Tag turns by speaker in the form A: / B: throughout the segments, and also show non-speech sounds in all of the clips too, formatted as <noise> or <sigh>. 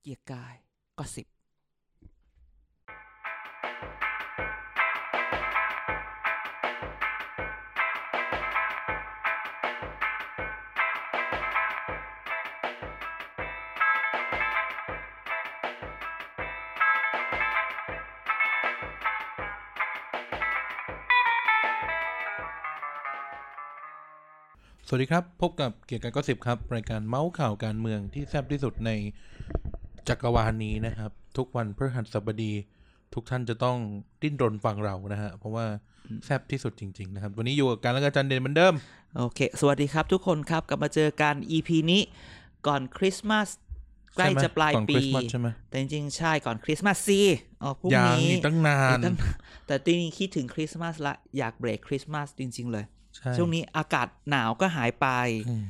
A: เกียร์กายก็สิบ
B: สวัสดีครับ พบกับเกียร์กันก็สิบครับ รายการเมาส์ข่าวการเมืองที่แซ่บที่สุดในจักรวาลนี้นะครับ ทุกวันพฤหัสบดี ทุกท่านจะต้องดิ้นรนฟังเรานะฮะ เพราะว่าแซ่บที่สุดจริง ๆ นะครับ วันนี้อยู่กับการและกบอาจันเด่นเหมือนเดิม
A: โอเค สวัสดีครับทุกคนครับ กลับมาเจอกัน EP นี้ก่อนคริสต์มาสใกล้
B: ใช่ไหม
A: จะปลาย
B: ก่อน
A: ปี
B: คริสต์มาสใช่ไหม
A: แต่จริงๆ ใช่ก่อนคริสต์มาสสิอ๋อพรุ่ง
B: ยาง
A: นี้
B: อีกตั้งนาน
A: อีกตั้งแต่ตีนี้คิดถึงคริสต์มาสละอยากเบรกคริสต์มาสจริง ๆ เลย
B: ใช่
A: ช่วงนี้อากาศหนาวก็หายไป
B: อืม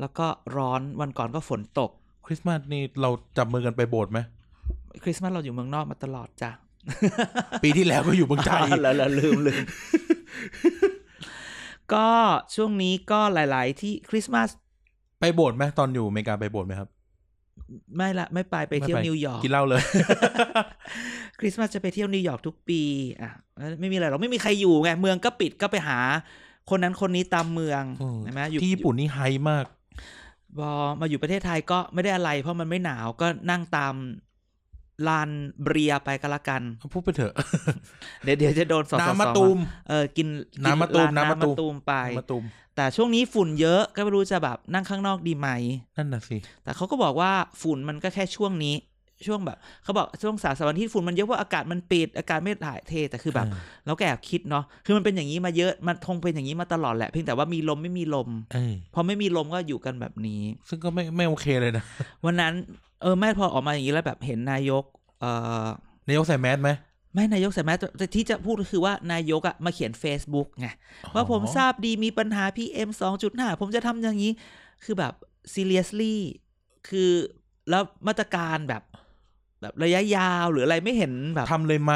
A: แล้วก็ร้อนวันก่อนก็ฝนตก
B: คริสต์มาสนี่เราจับมือกันไปโบสถ์ไหม
A: คริสต์มาสเราอยู่เมืองนอกมาตลอดจ้ะ
B: ปีที่แล้วก็
A: <laughs>
B: อยู่เมืองไทย
A: อ๋อแล้วแล้วลืมลืม <laughs> ก็ช่วงนี้ก็หลาย ๆ ที่คริสต์มาส
B: ไปโบสถ์ไหมตอนอยู่อเมริกาไปโบสถ์ไหมครับ
A: ไม่ละไม่ไปไปเที่ยว
B: ม่
A: นิวยอร์ก
B: กินเหล้าเลย
A: <laughs> คริสต์มาสจะไปเที่ยวนิวยอร์กทุกปีอ่ะไม่มีอะไรหรอกไม่มีใครอยู่ไงเมืองก็ปิดก็ไปหา คนนั้นคนนี้ตามเมือง
B: อืม
A: ใช่ไหมอยู่
B: ที่ญี่ปุ่นนี่ไฮมาก
A: พอมาอยู่ประเทศไทยก็ไม่ได้อะไร เพราะมันไม่หนาวก็นั่งตามลานเบียร์ไปก็แล้วกัน
B: พูดไปเถอะ
A: เดี๋ยวเดี๋ยวจะโดนสอบ
B: น้ำมะตูม
A: เออกินกิ
B: น้ำมะตูม
A: ร้
B: น้ำมะตูม
A: มไป
B: มะตูม
A: แต่ช่วงนี้ฝุ่นเยอะก็ไม่รู้จะแบบนั่งข้างนอกดีไหม
B: นั่นน่ะสิ
A: แต่เขาก็บอกว่าฝุ่นมันก็แค่ช่วงนี้ ช่วงแบบเขาบอกช่วงสามสัปดาห์ที่ฝุ่นมันเยอะเพราะอากาศมันปิดอากาศไม่ถ่ายเทแต่คือแบบ
B: อ่า
A: เราก็แอบคิดเนาะคือมันเป็นอย่างนี้มาเยอะมันคงเป็นอย่างนี้มาตลอดแหละเพียงแต่ว่ามีลมไม่มีลม
B: เออ
A: พอไม่มีลมก็อยู่กันแบบนี้
B: ซึ่งก็ไม่ไม่โอเคเลยนะ
A: วันนั้นเออแม่พอออกมาอย่างนี้แล้วแบบเห็นนายกเออน
B: ายกใส่แมสไหม
A: ไม่นายกใส่แมสแต่ที่จะพูดก็คือว่านายกอะมาเขียน Facebook ไง ว่าผมทราบดีมีปัญหา PM 2.5 ผมจะทำอย่างนี้ คือแบบ seriously คือแล้วมาตรการแบบ แบบระยะยาวหรืออะไรไม่เห็นแบบ
B: ทำเลยไหม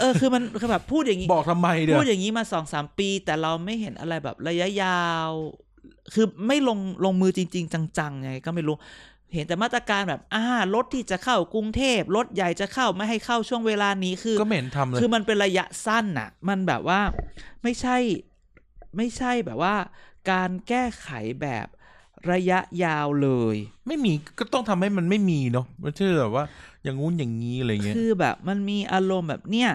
A: เออ คือมันคือแบบพูดอย่างนี้
B: บอกทำไมเดี๋ยว
A: พูดอย่างนี้มาสองสามปี แต่เราไม่เห็นอะไรแบบระยะยาว คือไม่ลงลงมือจริง ๆ จังๆไงก็ไม่รู้ เห็นแต่มาตรการแบบอ่ารถที่จะเข้ากรุงเทพรถใหญ่จะเข้าไม่ให้เข้าช่วงเวลานี้คือ
B: ก็ไม่เห็นทำเลย
A: คือมันเป็นระยะสั้นน่ะ มันแบบว่าไม่ใช่ไม่ใช่แบบว่า การแก้ไขแบบระยะยาวเลย
B: ไม่มีก็ต้องทำให้มันไม่มีเนาะไม่ใช่แบบว่า อย่างงู้นอย่างงี้อะไรเงี้ย
A: คือแบบมันมีอารมณ์แบบเนี่ย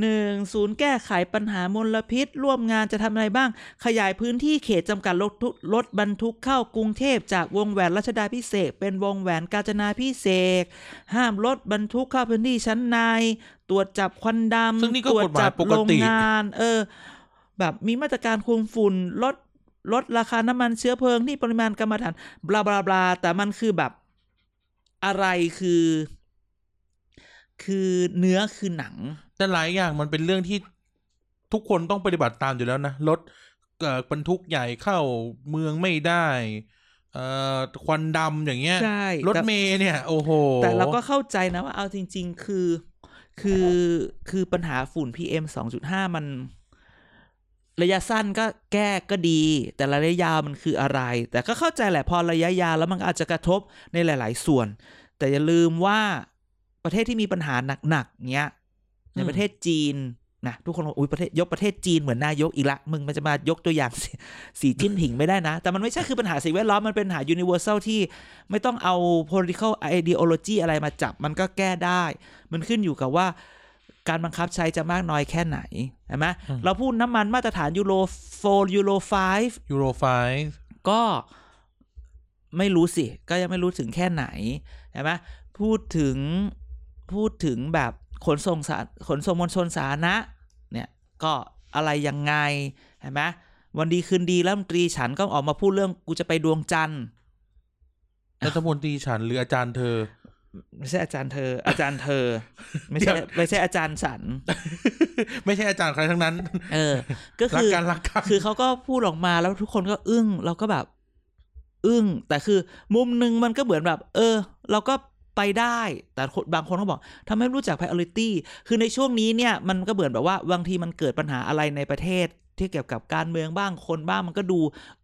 A: หนึ่งศูนย์แก้ไขปัญหามลพิษ ร่วมงานจะทำอะไรบ้าง ขยายพื้นที่เขตจำกัดรถทุรถบรรทุกเข้ากรุงเทพจากวงแหวนรัชดาพิเศษกเป็นวงแหวนกาญจนาพิเศษกห้ามรถบรรทุกเข้าพื้นที่ชั้นใน ตรวจจับควันดำ
B: ซึ่งนี่ก็
A: ตรว
B: ก
A: จ
B: ฎหมา
A: จั
B: ย
A: บ
B: ปก
A: โรง
B: ติ
A: งาน เออ แบบมีมาตรการคุมฝุ่นลดลดราคาน้ำมันเชื้อเพลิงที่ปริมาณกรรมฐานบลาบลาบลาแต่มันคือแบบอะไรคือ คือเนื้อคือหนัง
B: แต่หลายอย่างมันเป็นเรื่องที่ทุกคนต้องปฏิบัติตามอยู่แล้วนะรถเอ่อบรรทุกใหญ่เข้าเมืองไม่ได้เอ่อควันดำอย่างเงี้ย
A: ใช่
B: รถ
A: แต่
B: เมย์เนี่ย โอ้โห
A: แต่เราก็เข้าใจนะว่าเอาจริง ๆ คือ คือคือปัญหาฝุ่น PM 2.5 มัน ระยะสั้นก็แก้ก็ดี แต่ระยะยาวมันคืออะไร แต่ก็เข้าใจแหละพอระยะยาวแล้วมันก็อาจจะกระทบในหลาย ๆ ส่วน แต่อย่าลืมว่าประเทศที่มีปัญหาหนักๆเนี้ย ในประเทศจีนนะทุกคนบอกอุ้ยประเทศยกประเทศจีนเหมือนนายกอีกละ มึงมันจะมายกตัวอย่าง <laughs> สีสีจิ้นผิงไม่ได้นะ แต่มันไม่ใช่คือปัญหาสิ่งแวดล้อม มันเป็นปัญหา universal ที่ไม่ต้องเอา political ideology อะไรมาจับ มันก็แก้ได้ มันขึ้นอยู่กับว่าการบังคับใช้จะมากน้อยแค่ไหนใช่ไหมเราพูดน้ำมันมาตรฐานยูโร4ยูโร5
B: ยูโรไฟ
A: ก็ไม่รู้สิ ก็ยังไม่รู้ถึงแค่ไหนใช่ไหมพูดถึงพูดถึงแบบขนส่งสาขนส่งมวลชนสาธารณะเนี่ยก็อะไรยังไงใช่ไหมวันดีคืนดีรัฐมนตรีฉันก็ออกมาพูดเรื่องกูจะไปดวงจันทร์
B: รัฐมนตรีฉันหรืออาจารย์เธอ <laughs>
A: ไม่ใช่อาจารย์เธอ อาจารย์เธอ ไม่ใช่
B: เดี๋ยว
A: ไม่ใช่อาจารย์ฉัน
B: ไม่ใช่อาจารย์ใครทั้งนั้น
A: เออ ก็
B: รัก
A: คือ
B: กัน <laughs> รักกัน
A: คือเขาก็พูดออกมาแล้วทุกคนก็อึ้งเราก็แบบ อึ้ง แต่คือมุมหนึ่งมันก็เหมือนแบบ เออ เราก็ไปได้ แต่คนบางคนก็บอกทำไมไม่รู้จัก priority คือในช่วงนี้เนี่ย มันก็เหมือนแบบว่าบางทีมันเกิดปัญหาอะไรในประเทศ ที่เกี่ยวกับการเมืองบ้างคนบ้างมันก็ดู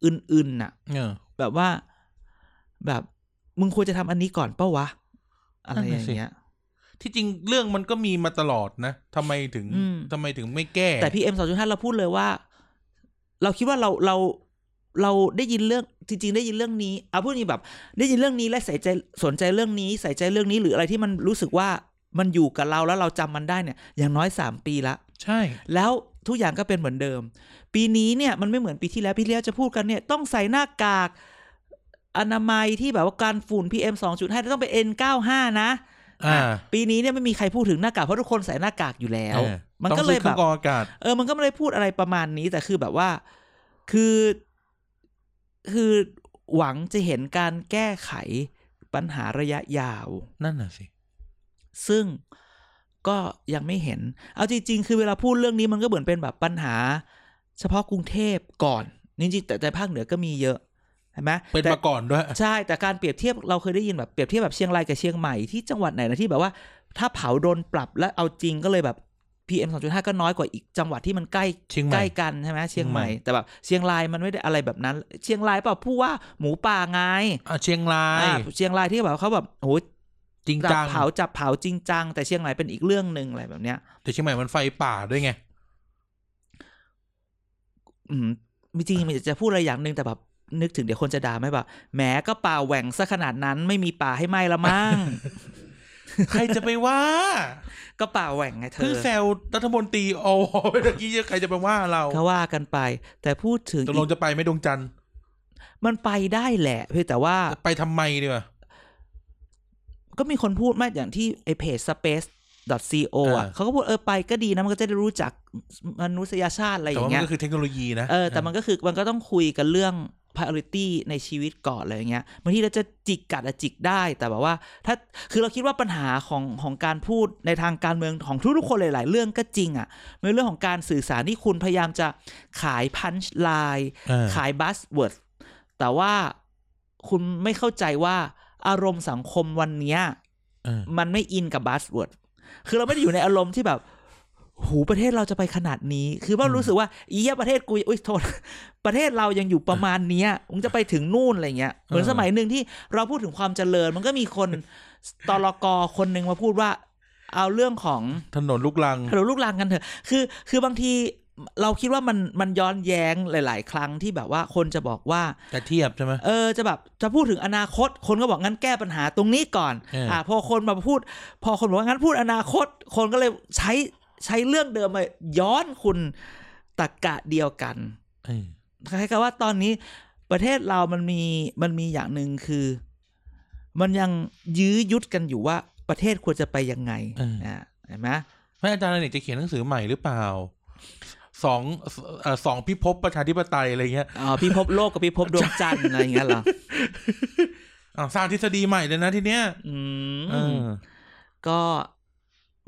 A: อื่นๆน่ะ
B: เออ
A: แบบว่าแบบมึงควรจะทำอันนี้ก่อนเป้าวะ อะไรอย่างเงี้ย
B: ที่จริงเรื่องมันก็มีมาตลอดนะทำไมถึง
A: อืม
B: ทำไมถึงไม่แก้
A: แต่พีเอ็มสองจุดห้าเราพูดเลยว่า เราคิดว่าเราเราเราได้ยินเรื่องจริง ๆ ได้ยินเรื่องนี้เอาพูดนี้แบบ ได้ยินเรื่องนี้และใส่ใจสนใจเรื่องนี้ ใส่ใจเรื่องนี้หรืออะไรที่มันรู้สึกว่ามันอยู่กับเราแล้วเราจำมันได้เนี่ย อย่างน้อยสามปีละ
B: ใช่
A: แล้วทุกอย่างก็เป็นเหมือนเดิม ปีนี้เนี่ยมันไม่เหมือนปีที่แล้วปีที่แล้วจะพูดกันเนี่ยต้องใส่หน้ากาก อนามัยที่แบบว่าการฝุ่น PM 2.5ต้องเป็น N95 นะ
B: อ่า
A: อ่ะปีนี้เนี่ยไม่มีใครพูดถึงหน้ากากเพราะทุกคนใส่หน้ากากอยู่แล้ว
B: เออ
A: มัน
B: ต้อง
A: ก็เลย
B: ซื้อค
A: แบ
B: รื่อบ งกรองอากาศ
A: เออ มันก็ไม่ได้พูดอะไรประมาณนี้ แต่คือแบบว่า คือ คือหวังจะเห็นการแก้ไขปัญหาระยะยาว
B: นั่นน่ะสิ
A: ซึ่งก็ยังไม่เห็น เอาจริง ๆ คือเวลาพูดเรื่องนี้มันก็เหมือนเป็นแบบปัญหา เฉพาะกรุงเทพก่อน จริงๆแต่แต่ภาคเหนือก็มีเยอะเห็นไหม
B: เป็น
A: แต่
B: มาก่อนด้วย
A: ใช่ แต่การเปรียบเทียบเราเคยได้ยินแบบเปรียบเทียบแบบเชียงรายกับเชียงใหม่ที่จังหวัดไหนนะที่แบบว่า ถ้าเผาโดนปรับและเอาจริงก็เลยแบบ PM 2.5 ก็น้อยกว่าอีกจังหวัดที่มันใกล้
B: เชียงใหม่
A: ใกล้กันใช่ไหมเชียงใหม่
B: เชียงใหม่
A: แต่แบบเชียงรายมันไม่ได้อะไรแบบนั้น เชียงรายเปล่าผู้ว่าหมูป่าไง
B: อ่ะเชียงรา
A: อ่าย เชียงรายที่แบบเขาแบบโอ้โห
B: จริง
A: จั
B: จั
A: บ
B: ง
A: เผาจับเผาจริงจังแต่เชียงใหม่เป็นอีกเรื่องหนึ่งอะไรแบบเนี้ย
B: แต่เชียงใหม่มันไฟป่าด้วยไง
A: อืมจริงๆมันอยากจะพูดอะไรอย่างหนึ่งแต่แบบนึกถึงเดี๋ยวคนจะด่าไหมแบบแหมก็ป่าแหว่งซะขนาดนั้นไม่มีป่าให้ไหมละมั้
B: <laughs>
A: ง
B: ใครจะไป
A: <laughs>
B: ว่า
A: ก็ป่าแหว่งไงเธอ
B: เพิ่งแซวรัฐมนตรี <laughs> อวไปเมื่อกี้ใครจะไปว่าเรา
A: ก็ว่ากันไป แต่พูดถึง
B: ตกลง
A: อีก
B: จะไปไหม่ดวงจันทร์
A: มันไปได้แหละเพียงแต่ว่า
B: จะไปทำไมดีวะ
A: ก็มีคนพูดมากอย่างที่ไอเพจ space co อ่ะ
B: อ่า
A: เขาก็พูดเออไปก็ดีนะ มันก็จะได้รู้จักมนุษยชาติอะไรอ
B: แต่
A: ย่า
B: ว่าง มั
A: เงี้
B: น
A: ย
B: ก็คือเทคโนโลยีนะ
A: เออแต่มันก็คือมันก็ต้องคุยกันเรื่อง priority ในชีวิตก่อนอะไรอย่างเงี้ยบางทีเราจะจิกกัดอะจิกได้แต่แบบว่า ถ้าคือเราคิดว่าปัญหาของของการพูดในทางการเมืองของทุกๆคนหลายๆ เรื่องก็จริงอ่ะมันเป็นเรื่องของการสื่อสารที่คุณพยายามจะขาย punch line
B: เออ
A: ขายบัสเวิร์ดแต่ว่าคุณไม่เข้าใจว่าอารมณ์สังคมวันเนี้ย
B: เออ
A: มันไม่อินกับบัสเวิร์ดคือเราไม่ได้อยู่ในอารมณ์ที่แบบ หูประเทศเราจะไปขนาดนี้ คือว่ารู้สึกว่าอียประเทศกูอุ้ยโทษ ประเทศเรายังอยู่ประมาณเนี้ยมึงจะไปถึงนู่นอะไรเงี้ยเหมือนสมัยหนึ่งที่เราพูดถึงความเจริญ มันก็มีคน ตลกคนหนึ่งมาพูดว่า เอาเรื่องของ
B: ถนนลูกลัง
A: เราลูกลางกันเถอะ คือ คือบางทีเราคิดว่ามันมันย้อนแย้งหลาย ๆ ครั้งที่แบบว่าคนจะบอกว่า
B: แต่เทียบใช่ไหม
A: เออจะแบบจะพูดถึงอนาคต คนก็บอกงั้นแก้ปัญหาตรงนี้ก่อน
B: เอออ่
A: พอคนมาพูด พอคนบอกว่างั้นพูดอนาคต คนก็เลยใช้ใช้เรื่องเดิมมาย้อนคุณตะกกะเดียวกัน
B: เออ
A: คล้ายๆกับว่าตอนนี้ประเทศเรามันมีมันมีอย่างหนึ่งคือ มันยังยื้อยุดกันอยู่ว่าประเทศควรจะไปยังไงนะเห็นไหม
B: พระอาจารย์เนี่ยจะเขียนหนังสือใหม่หรือเปล่าสองเอ่อสองพิภพประชาธิปไตยอะไรเงี้ย
A: อ๋อพิภพโลกกับพิภพดวงจันทร์อะไรอย่างเงี้ยเหรอ
B: อ้าวสร้างทฤษฎีใหม่เลยนะทีเนี้ย
A: อื
B: เอ
A: ม
B: อ
A: ก็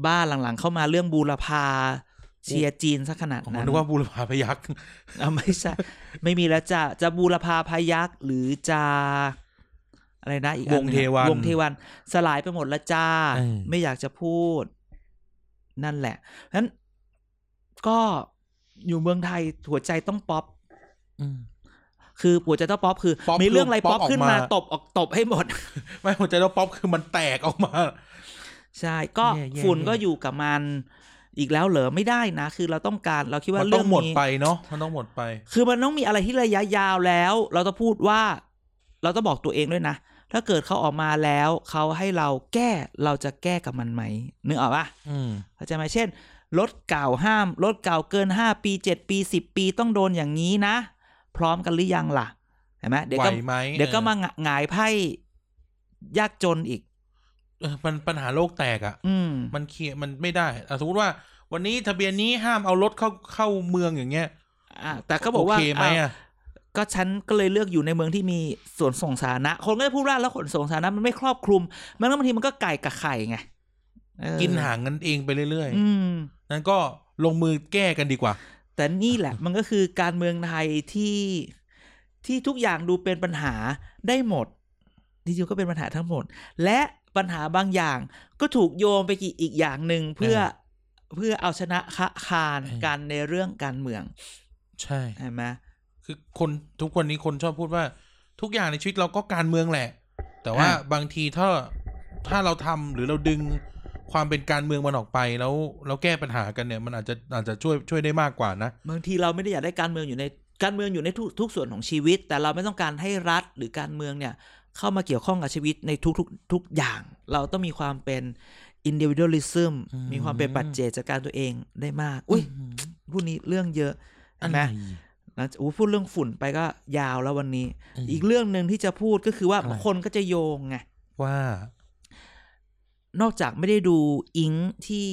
A: บ้าหลังๆเข้ามาเรื่องบูรพาเชียร์จีนซะขนาด
B: ผม
A: นั้น
B: นึกว่าบูรพาพยักษ์
A: เอาไม่
B: <laughs>
A: ใช่ ไม่มีแล้วจะจะบูรพาพายักษ์หรือจะอะไรนะอีกอั
B: วน ง
A: หนึ่
B: เทวัน
A: วงเทวันสลายไปหมดละจ้า
B: เออ
A: ไม่อยากจะพูด นั่นแหละเพราะฉะนั้นก็อยู่เมืองไทยหัวใจต้องป๊อป
B: อืม
A: คือหัวใจต้องป๊อปคือ
B: ป๊อป
A: มีเรื่องอะไร
B: คือป๊
A: ป๊
B: อ
A: อ
B: ป
A: ป
B: ออก
A: ขึ้นมา
B: มา
A: ตบออกตบให้หมด
B: ไม่หัวใจเราป๊อปคือมันแตกออกมา
A: ใช่ ก็
B: แย่ๆ
A: ฝุ่นก็อยู่กับมันอีกแล้วเหรอไม่ได้นะ คือเราต้องการเราคิดว่า
B: มันต้
A: เรื่
B: อ
A: อง ง
B: หมด
A: นี้
B: ไปเนาะมันต้องหมดไป
A: คือมันต้องมีอะไรที่ระยะยาวแล้ว เราต้องพูดว่า เราต้องบอกตัวเองด้วยนะ ถ้าเกิดเขาออกมาแล้วเขาให้เราแก้เราจะแก้กับมันไหมนึกออกปะ
B: อืม
A: เข้าใจไหมเช่นรถเก่าห้ามรถเก่าเกินห้าปีเจ็ดปีสิบปีต้องโดนอย่างนี้นะ พร้อมกันหรือยังล่ะเห็นไหมเดี๋ยว
B: ไหว
A: ก็
B: ไหม
A: เดี๋ยวก็มาหงหงายไพ่ยากจนอีก
B: เออมันปัญหาโลกแตกอ่ะ
A: อืม
B: มันเคลียร์มันไม่ได้อ่ะสมมติว่า วันนี้ทะเบียนนี้ห้ามเอารถเข้าเข้าเมืองอย่างเงี้ย
A: อ่ะแต่ก็บอกว่า
B: โอเคไหมอ่ะ
A: ก็ฉันก็เลยเลือกอยู่ในเมืองที่มีสวนส่งสาธารณะ คนก็จะพูดว่าแล้วขนส่งสาธารณะมันไม่ครอบคลุม มันก็บางทีมันก็ไก่กับไข่ไงเออ
B: กินห่างกันเองไปเรื่อย
A: อืม
B: ๆนั้นก็ลงมือแก้กันดีกว่า
A: แต่นี่แหละ มันก็คือการเมืองไทยที่ที่ทุกอย่างดูเป็นปัญหาได้หมดจริงๆก็เป็นปัญหาทั้งหมด และปัญหาบางอย่างก็ถูกโยงไปกี่อีกอย่างหนึ่งเพื่อเพื่อเอาชนะคะคาน
B: เออ
A: กันในเรื่องการเมือง
B: ใช่
A: ใช่ไหม
B: คือคนทุกวันนี้คนชอบพูดว่า ทุกอย่างในชีวิตเราก็การเมืองแหละ แต่ว่าบางทีถ้า ถ้าเราทำหรือเราดึงความเป็นการเมืองมันออกไปแล้วเราแก้ปัญหากันเนี่ย มันอาจจะอาจจะช่วยช่วยได้มากกว่านะ
A: บางทีเราไม่ได้อยากได้การเมืองอยู่ในการเมืองอยู่ในทุกทุกส่วนของชีวิต แต่เราไม่ต้องการให้รัฐหรือการเมืองเนี่ย เข้ามาเกี่ยวข้องกับชีวิตในทุกทุกทุกอย่าง เราต้องมีความเป็น individualism
B: อืม
A: มีความเป็นปัจเจกจัดการตัวเองได้มาก อุ้ยพูดนี้เรื่องเยอะเห็นไหมหลังจากอู้พูดเรื่องฝุ่นไปก็ยาวแล้ววันนี้ อีกเรื่องหนึ่งที่จะพูดก็คือว่า
B: อะไร
A: คนก็จะโยงไง
B: ว่า
A: นอกจากไม่ได้ดูอิงค์ที่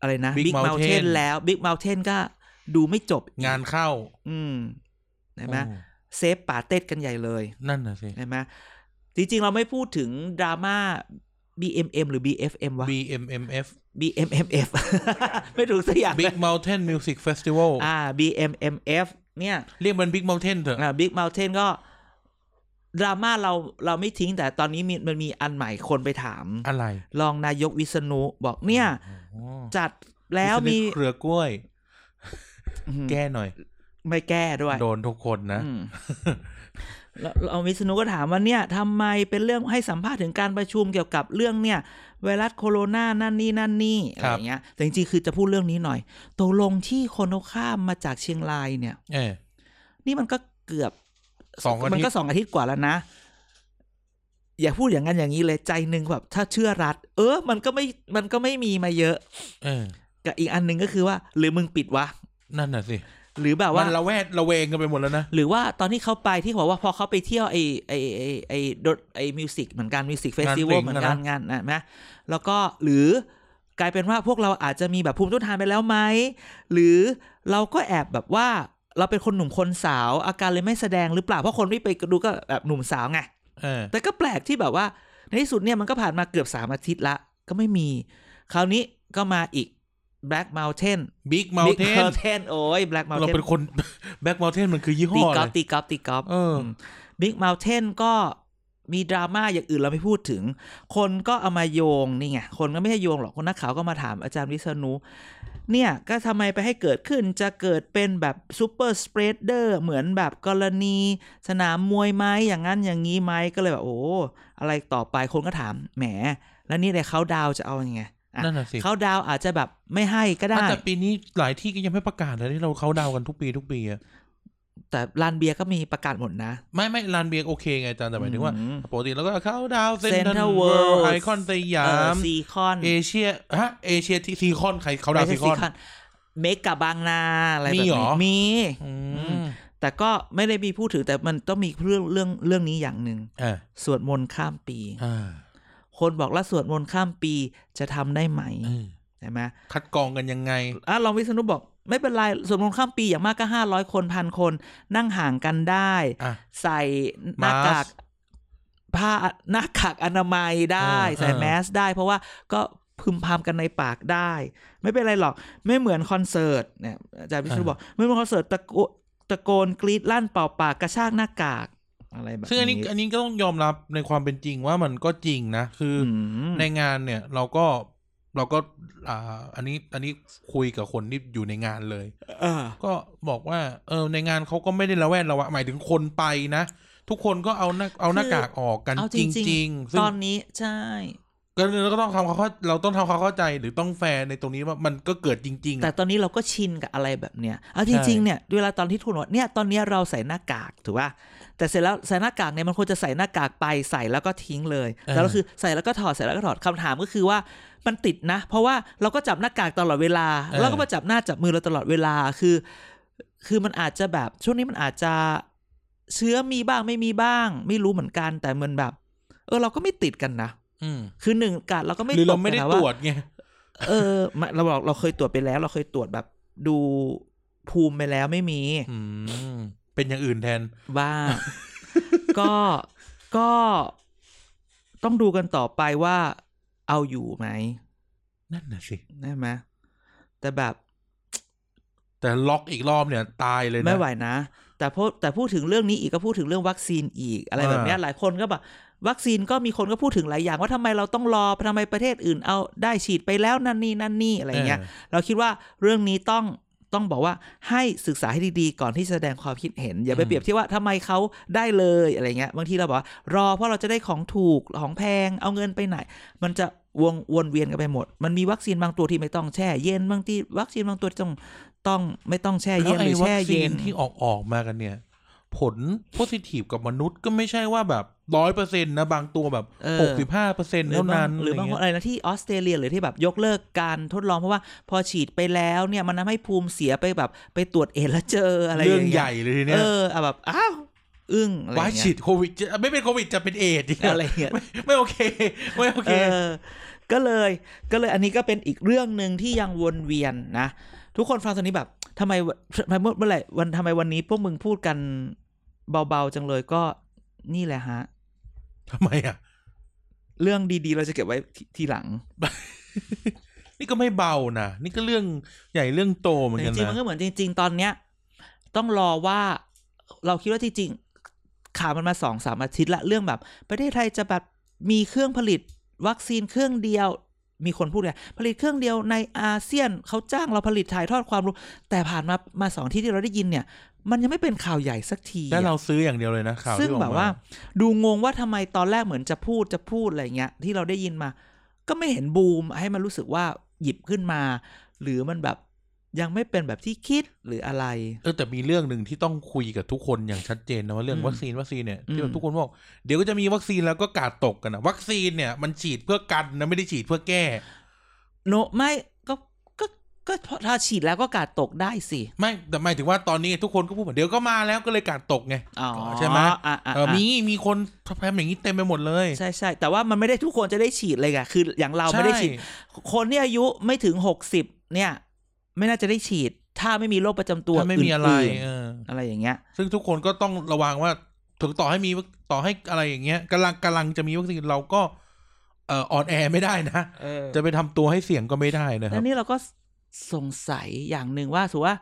A: อะไรนะ
B: Big
A: Mountain
B: Mountain
A: แล้ว Big Mountain ก็ดูไม่จบ
B: งานเข้า
A: อืมเห็นไหม
B: โอ้
A: เซฟป่าเต็ดกันใหญ่เลย
B: นั่นน่ะสิ
A: เห็นไหมจริง ๆ เราไม่พูดถึงดราม่า BMM หรือ BFM วะ
B: BMMF
A: BMMF <laughs> ไม่ถูกสักอย่าง
B: Big Mountain Music Festival
A: อ่า BMMF เนี่ย
B: เรียกมัน Big Mountain เถอะ
A: อ่า Big Mountain ก็ ดราม่าเราเราไม่ทิ้งแต่ตอนนี้มีมันมีอันใหม่คนไปถาม
B: อะไร
A: รองนายกวิษณุบอกเนี่ย
B: อ๋อ
A: จัดแล้วมี
B: เครือกล้วย
A: อืม
B: แก้หน่อย
A: ไม่แก้ด้วย
B: โดนทุกคนนะ
A: อืมแล้วแล้วเอาวิษณุก็ถามว่าเนี่ยทำไมเป็นเรื่องให้สัมภาษณ์ถึงการประชุมเกี่ยวกับเรื่องเนี่ย ไวรัสโคโรนานั่นนี่นั่นนี่อะ
B: ค
A: ไร
B: รับ
A: อย่างเงี้ยแต่จริงๆคือจะพูดเรื่องนี้หน่อยตกลงที่คนเขาข้ามมาจากเชียงรายเนี่ย
B: เออ
A: นี่มันก็เกือบ
B: สองอาทิตย์
A: มันก็สองอาทิตย์กว่าแล้วนะ อย่าพูดอย่างนั้นอย่างนี้เลยใจหนึ่งแบบถ้าเชื่อรัฐ เออ มันก็ไม่มันก็ไม่มีมาเยอะ
B: เออ
A: กับอีกอันหนึ่งก็คือว่า หรือมึงปิดวะ
B: นั่นน่ะสิ
A: หรือแบบ
B: มั
A: ว่า
B: นระแวดระเวงกันไปหมดแล้วนะ
A: หรือว่าตอนที่เขาไปที่บอกว่าพอเขาไปเที่ยวไอไอไอไอดนไอมิวสิกเหมือนกันมิวสิกเฟสติวัล
B: งานเพลง
A: เหมือนกัน
B: น่ะนะ
A: งานนะนะแล้วก็หรือกลายเป็นว่าพวกเราอาจจะมีแบบภูมิต้านทานไปแล้วไหม หรือเราก็แอบแบบว่าเราเป็นคนหนุ่มคนสาว อาการเลยไม่แสดงหรือเปล่า เพราะคนที่ไปดูก็แบบหนุ่มสาวไง
B: เออ
A: แต่ก็แปลกที่แบบว่า ในที่สุดเนี่ยมันก็ผ่านมาเกือบสามอาทิตย์ละ ก็ไม่มี คราวนี้ก็มาอีก Black Mountain
B: Big
A: Big
B: Mountain
A: Mountain โอ้ย Black
B: เรา
A: Mountain
B: เป็นคน <laughs> Black Mountain มันคือยี่ห้
A: ตี
B: อก
A: อ
B: เล
A: ล์ฟ
B: ย
A: ตีกอล์ฟตีกอล์ฟ
B: เอออื
A: บิ๊กเมลเทนก็มีดราม่าอย่างอื่นเราไม่พูดถึง คนก็เอามาโยงนี่ไง คนก็ไม่ใช่โยงหรอก คนนักข่าวก็มาถามอาจารย์วิษณุ เนี่ย ก็ทำไมไปให้เกิดขึ้นจะเกิดเป็นแบบซูเปอร์สเปรดเดอร์เหมือนแบบกรณี สนามมวยไหมอย่างนั้นอย่างนี้ไหมก็เลยแบบโอ้อะไรต่อไปคนก็ถามแหม แล้วนี่เลยเขาดาวน์จะเอาอยัางไงอ่ะ
B: นั่นน่ะสิ
A: เขาดาวน์อาจจะแบบไม่ให้ก็ได้
B: แต่ปีนี้หลายที่ก็ยังไม่ประกาศเลยที่เราเขาดาวกันทุกปีทุกปีอะ
A: แต่ลานเบียร์ก็มีประกาศหมดนะ
B: ไม่ไม่ลานเบียร์โอเคไงอาจารย์แต่หมายถึงว่า
A: อืม
B: ปกติเราก็เขาดาวเซ็น
A: Central
B: ทรัลเวิล
A: World
B: ด์ไอคอนสยาม
A: ซีคอน
B: เอเชียฮะเอเชียที่ซีคอนใครเขาดาว
A: ไม่ใช่
B: ซีคอน
A: เมกะบางนาอะไรแบบ
B: มีเหร
A: นี้
B: อ
A: มี
B: อื
A: ม
B: ม
A: แต่ก็ไม่ได้มีพูดถึงแต่มันต้องมีเรื่องเรื่องเรื่องนี้อย่างหนึ่ง
B: อ่า
A: สวดมนต์ข้ามปี
B: อ่า
A: คนบอกแล้วสวดมนต์ข้ามปีจะทำได้ไหม
B: เออ
A: ใช่ไหม
B: คัดกรองกันยังไง
A: อ่ะรองวิษณุบอก ไม่เป็นไรสวดมนต์ข้ามปีอย่างมากก็ห้าร้อยคนพันคน นั่งห่างกันได้
B: อ่ะ
A: ใส่หน้ากาก
B: Mask
A: ผ้าหน้ากากอนามัยได้
B: เออ
A: ใส่
B: เออ
A: แมสได้ เพราะว่าก็พึมพำกันในปากได้ ไม่เป็นไรหรอก ไม่เหมือนคอนเสิร์ตเนี่ยอาจารย์พิชุบอกไม่เหมือนคอนเสิร์ตตะโกตะโกนกรีดลั่นเป่าปากกระชากหน้ากากอะไรแบบนี้
B: ซึ่งอันนี้อันนี้ก็ต้องยอมรับในความเป็นจริงว่ามันก็จริงนะ คือ
A: อื
B: อ
A: ม
B: ในงานเนี่ยเราก็เราก็อ่าอันนี้อันนี้คุยกับคนที่อยู่ในงานเลย
A: เออ
B: ก็บอกว่า เออในงานเขาก็ไม่ได้ระแวดระวังหมายถึงคนไปนะ ทุกคนก็เอาหน้าเอาหน้ากากออกกัน
A: เอา
B: จ
A: จ
B: ริ
A: ริ
B: ง
A: ง
B: ๆ
A: ๆ
B: จริงซึ่
A: ต
B: ง
A: อนนี้ใช่
B: ก็เราก็ต้องทำความเข้าเราต้องทำความเข้าใจหรือต้องแฟร์ในตรงนี้ว่ามันก็เกิดจริงๆ
A: แต่
B: อะ
A: ตอนนี้เราก็ชินกับอะไรแบบเนี้ย เอาจ
B: ใช่
A: ริงๆ เนี่ย เวลาตอนที่ทุนว่าเนี่ย ตอนเนี้ยเราใส่หน้ากากถูกป่ะ แต่เสร็จแล้วใส่หน้ากากเนี่ยมันควรจะใส่หน้ากากไปใส่แล้วก็ทิ้งเลย แต่ก็คือใส่แล้วก็ถอดใส่แล้วก็ถอดคำถามก็คือว่ามันติดนะ เพราะว่าเราก็จับหน้ากากตลอดเวลา แล้วก็มาจับหน้าจับมือเราตลอดเวลา คือ คือมันอาจจะแบบช่วงนี้มันอาจจะเชื้อมีบ้างไม่มีบ้าง ไม่รู้เหมือนกัน แต่เหมือนแบบ เออเราก็ไม่ติดกันนะ
B: อืม
A: คือหนึ่งกาดเราก็ไม่
B: หรือเรา
A: กกัน
B: ไม่ได้
A: นะ
B: ตรวจไง
A: เออมาเราบอกเราเคยตรวจไปแล้ว เราเคยตรวจแบบดูภูมิไปแล้วไม่มี
B: อืมเป็นอย่างอื่นแทน
A: บ้า ก็ก็ต้องดูกันต่อไปว่าเอาอยู่ไหม
B: นั่นน่ะสิ
A: ได้ไหมแต่แบบ
B: แต่ล็อกอีกรอบเนี่ยตายเลยนะ
A: ไม่ไหวนะ แต่พูดแต่พูดถึงเรื่องนี้อีกก็พูดถึงเรื่องวัคซีนอีกอะไรแบบเนี้ย
B: อ่า
A: หลายคนก็แบบวัคซีนก็มีคนก็พูดถึงหลายอย่าง ว่าทำไมเราต้องรอทำไมประเทศอื่นเอาได้ฉีดไปแล้วนั่นนี่นั่นนี่อะไรอย่างเงี้ย เราคิดว่าเรื่องนี้ต้อง ต้องบอกว่าให้ศึกษาให้ดีๆ ก่อนที่จะแสดงความคิดเห็น อย่าไป
B: อืม
A: เปรียบเทียบว่าทำไมเขาได้เลยอะไรเงี้ยบางทีเราบอกว่ารอเพราะเราจะได้ของถูกของแพงเอาเงินไปไหน มันจะวงวนเวียนกันไปหมด มันมีวัคซีนบางตัวที่ไม่ต้องแช่เย็นบางที่วัคซีนบางตัวต้องต้องไม่ต้องแช่
B: แล้
A: เย็
B: วน
A: ห
B: ไอ้
A: รือ
B: วัค
A: แช่
B: ซี
A: เย็
B: น
A: น
B: ที่ออกออกมากันเนี่ย ผลโพสิทีฟกับมนุษย์ก็ไม่ใช่ว่าแบบร้อยเปอร์เซ็นต์นะ บางตัวแบบ
A: เออ
B: หกสิบห้าเปอร์เซ็นต์
A: หรือ
B: เท่า
A: บา
B: นั้
A: ง
B: น
A: หรือบางคน
B: อะ
A: อะไร
B: เงี้ย
A: ไรนะที่ออสเตรเลียหรือที่แบบยกเลิกการทดลองเพราะว่าพอฉีดไปแล้วเนี่ยมันทำให้ภูมิเสียไปแบบไปตรวจเอดแล้วเจออะไร
B: เรื่
A: ย่า
B: อง
A: ย
B: ใหญ่เลยที
A: เอ
B: เนี้ย
A: ออ่ะแบบอ้าวอึ้งอะไร
B: ว่า
A: เงี้
B: ฉี
A: ย
B: ดโควิดจะไม่เป็นโควิดจะเป็นเอดส์อีกเหรอ
A: อะไร
B: <laughs>
A: เงี้ย
B: ไม่ไม่โอเค ไม่โอเค
A: เออ ก็เลยก็เลยอันนี้ก็เป็นอีกเรื่องหนึ่งที่ยังวนเวียนนะ ทุกคนฟังตอนนี้แบบทำไมทำไมเมื่อไหร่วันทำไมวันนี้พวกมึงพูดกันเบาๆจังเลยก็นี่แหละฮะ
B: ทำไมอ่ะ
A: เรื่องดีๆ เราจะเก็บไว้ทีทีหลัง
B: นี่ก็ไม่เบานะ นี่ก็เรื่องใหญ่เรื่องโตเหมือน
A: แต่
B: กั
A: จ
B: น
A: ริงๆมันก็
B: นะ
A: เหมือนจริง ๆ ตอนเนี้ย ต้องรอว่าเราคิดว่าจริงๆข่าวมันมาสองสามอาทิตย์ละเรื่องแบบ ประเทศไทยจะแบบมีเครื่องผลิตวัคซีนเครื่องเดียว มีคนพูดไงผลิตเครื่องเดียวในอาเซียนเขาจ้างเราผลิตถ่ายทอดความรู้ แต่ผ่านมามาสองที่ที่เราได้ยินเนี่ย มันยังไม่เป็นข่าวใหญ่สักที
B: แล้วเราซื้ออย่างเดียวเลยนะข่าว
A: ซึ่ง
B: ที่ออก
A: แบบ
B: มา
A: ว่า ดูงงว่าทำไมตอนแรกเหมือนจะพูดจะพูดอะไรเงี้ย ที่เราได้ยินมา ก็ไม่เห็นบูมให้มันรู้สึกว่าหยิบขึ้นมา หรือมันแบบยังไม่เป็นแบบที่คิดหรืออะไร
B: เออแต่มีเรื่องหนึ่งที่ต้องคุยกับทุกคนอย่างชัดเจนนะว่าเรื่อง
A: อืม
B: วัคซีนวัคซีนเนี่ยที่แบ
A: อื
B: บ
A: ม
B: ทุกคนบอกเดี๋ยวก็จะมีวัคซีนแล้วก็กาดตกกันนะวัคซีนเนี่ยมันฉีดเพื่อกันนะไม่ได้ฉีดเพื่อแก้
A: โนไม่ก็ก็ก็ถ้าฉีดแล้วก็กาดตกได้สิ
B: ไม่แต่หมายถึงว่าตอนนี้ทุกคนก็พูดว่าเดี๋ยวก็มาแล้วก็เลยกาดตกไง
A: อ๋อ
B: ใช่ไหม
A: อ่ะอ่ะ
B: เออ
A: อ่ะ
B: มีมีคนทำอย่างนี้เต็มไปหมดเลย
A: ใช่ใช่แต่ว่ามันไม่ได้ทุกคนจะได้ฉีดเลยไงคืออย่างเราไม่ได้ฉีด คนที่อายุไม่ถึงหกสิบเนี่ย ไม่น่าจะได้ฉีด ถ้าไม่มีโรคประจำตั
B: ตัว วไม่มีอะไร
A: น
B: เออ
A: ๆอะไรอย่างเงี้ย
B: ซึ่งทุกคนก็ต้องระวังว่าถึงต่อให้มีวัคต่อให้อะไรอย่างเงี้ยกำลังกำลังจะมีวัคซีนเราก็เอ่ออ่อนแอไม่ได้นะ จะไปทำตัวให้เสี่ยงก็ไม่ได้นะค
A: และ
B: รับ
A: นี่เราก็สงสัยอย่างหนึ่งว่าสมมุติว่า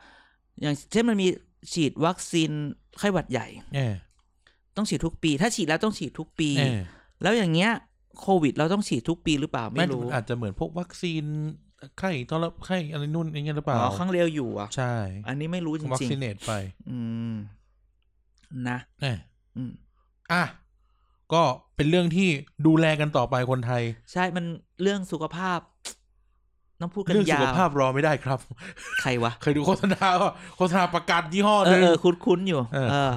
A: อย่างเช่นมันมีฉีดวัคซีนไข้หวัดใหญ่
B: เออ
A: ต้องฉีดทุกปี ถ้าฉีดแล้วต้องฉีดทุกปี
B: เออ
A: แล้วอย่างเงี้ยโควิด เราต้องฉีดทุกปีหรือเปล่า
B: ไม่
A: ไม่รู้
B: อาจจะเหมือนพวกวัคซีนไข้ทรไข้อะไรนู่นอย่างเงี้ยหรือเป
A: อ๋อ
B: ล่า
A: ข้างเร็วอยู่อ่ะ
B: ใช่
A: อันนี้ไม่รู้จ
B: วัค
A: ริง
B: ซีนเนตไป
A: ๆอืมนะ
B: เออ
A: อืม
B: อ่ะก็เป็นเรื่องที่ดูแลกันต่อไปคนไทย
A: ใช่มันเรื่องสุขภาพ ต้องพูดกัน
B: เรื่องสุ
A: ยา
B: ขภาว พรอไม่ได้ครับ
A: ใครวะ
B: เคยดูโฆษณาว่าโฆษณาประกาศยี่ห้อ
A: เอ
B: หนึ
A: อง เออคุ้นๆอยู่
B: เออ
A: เออ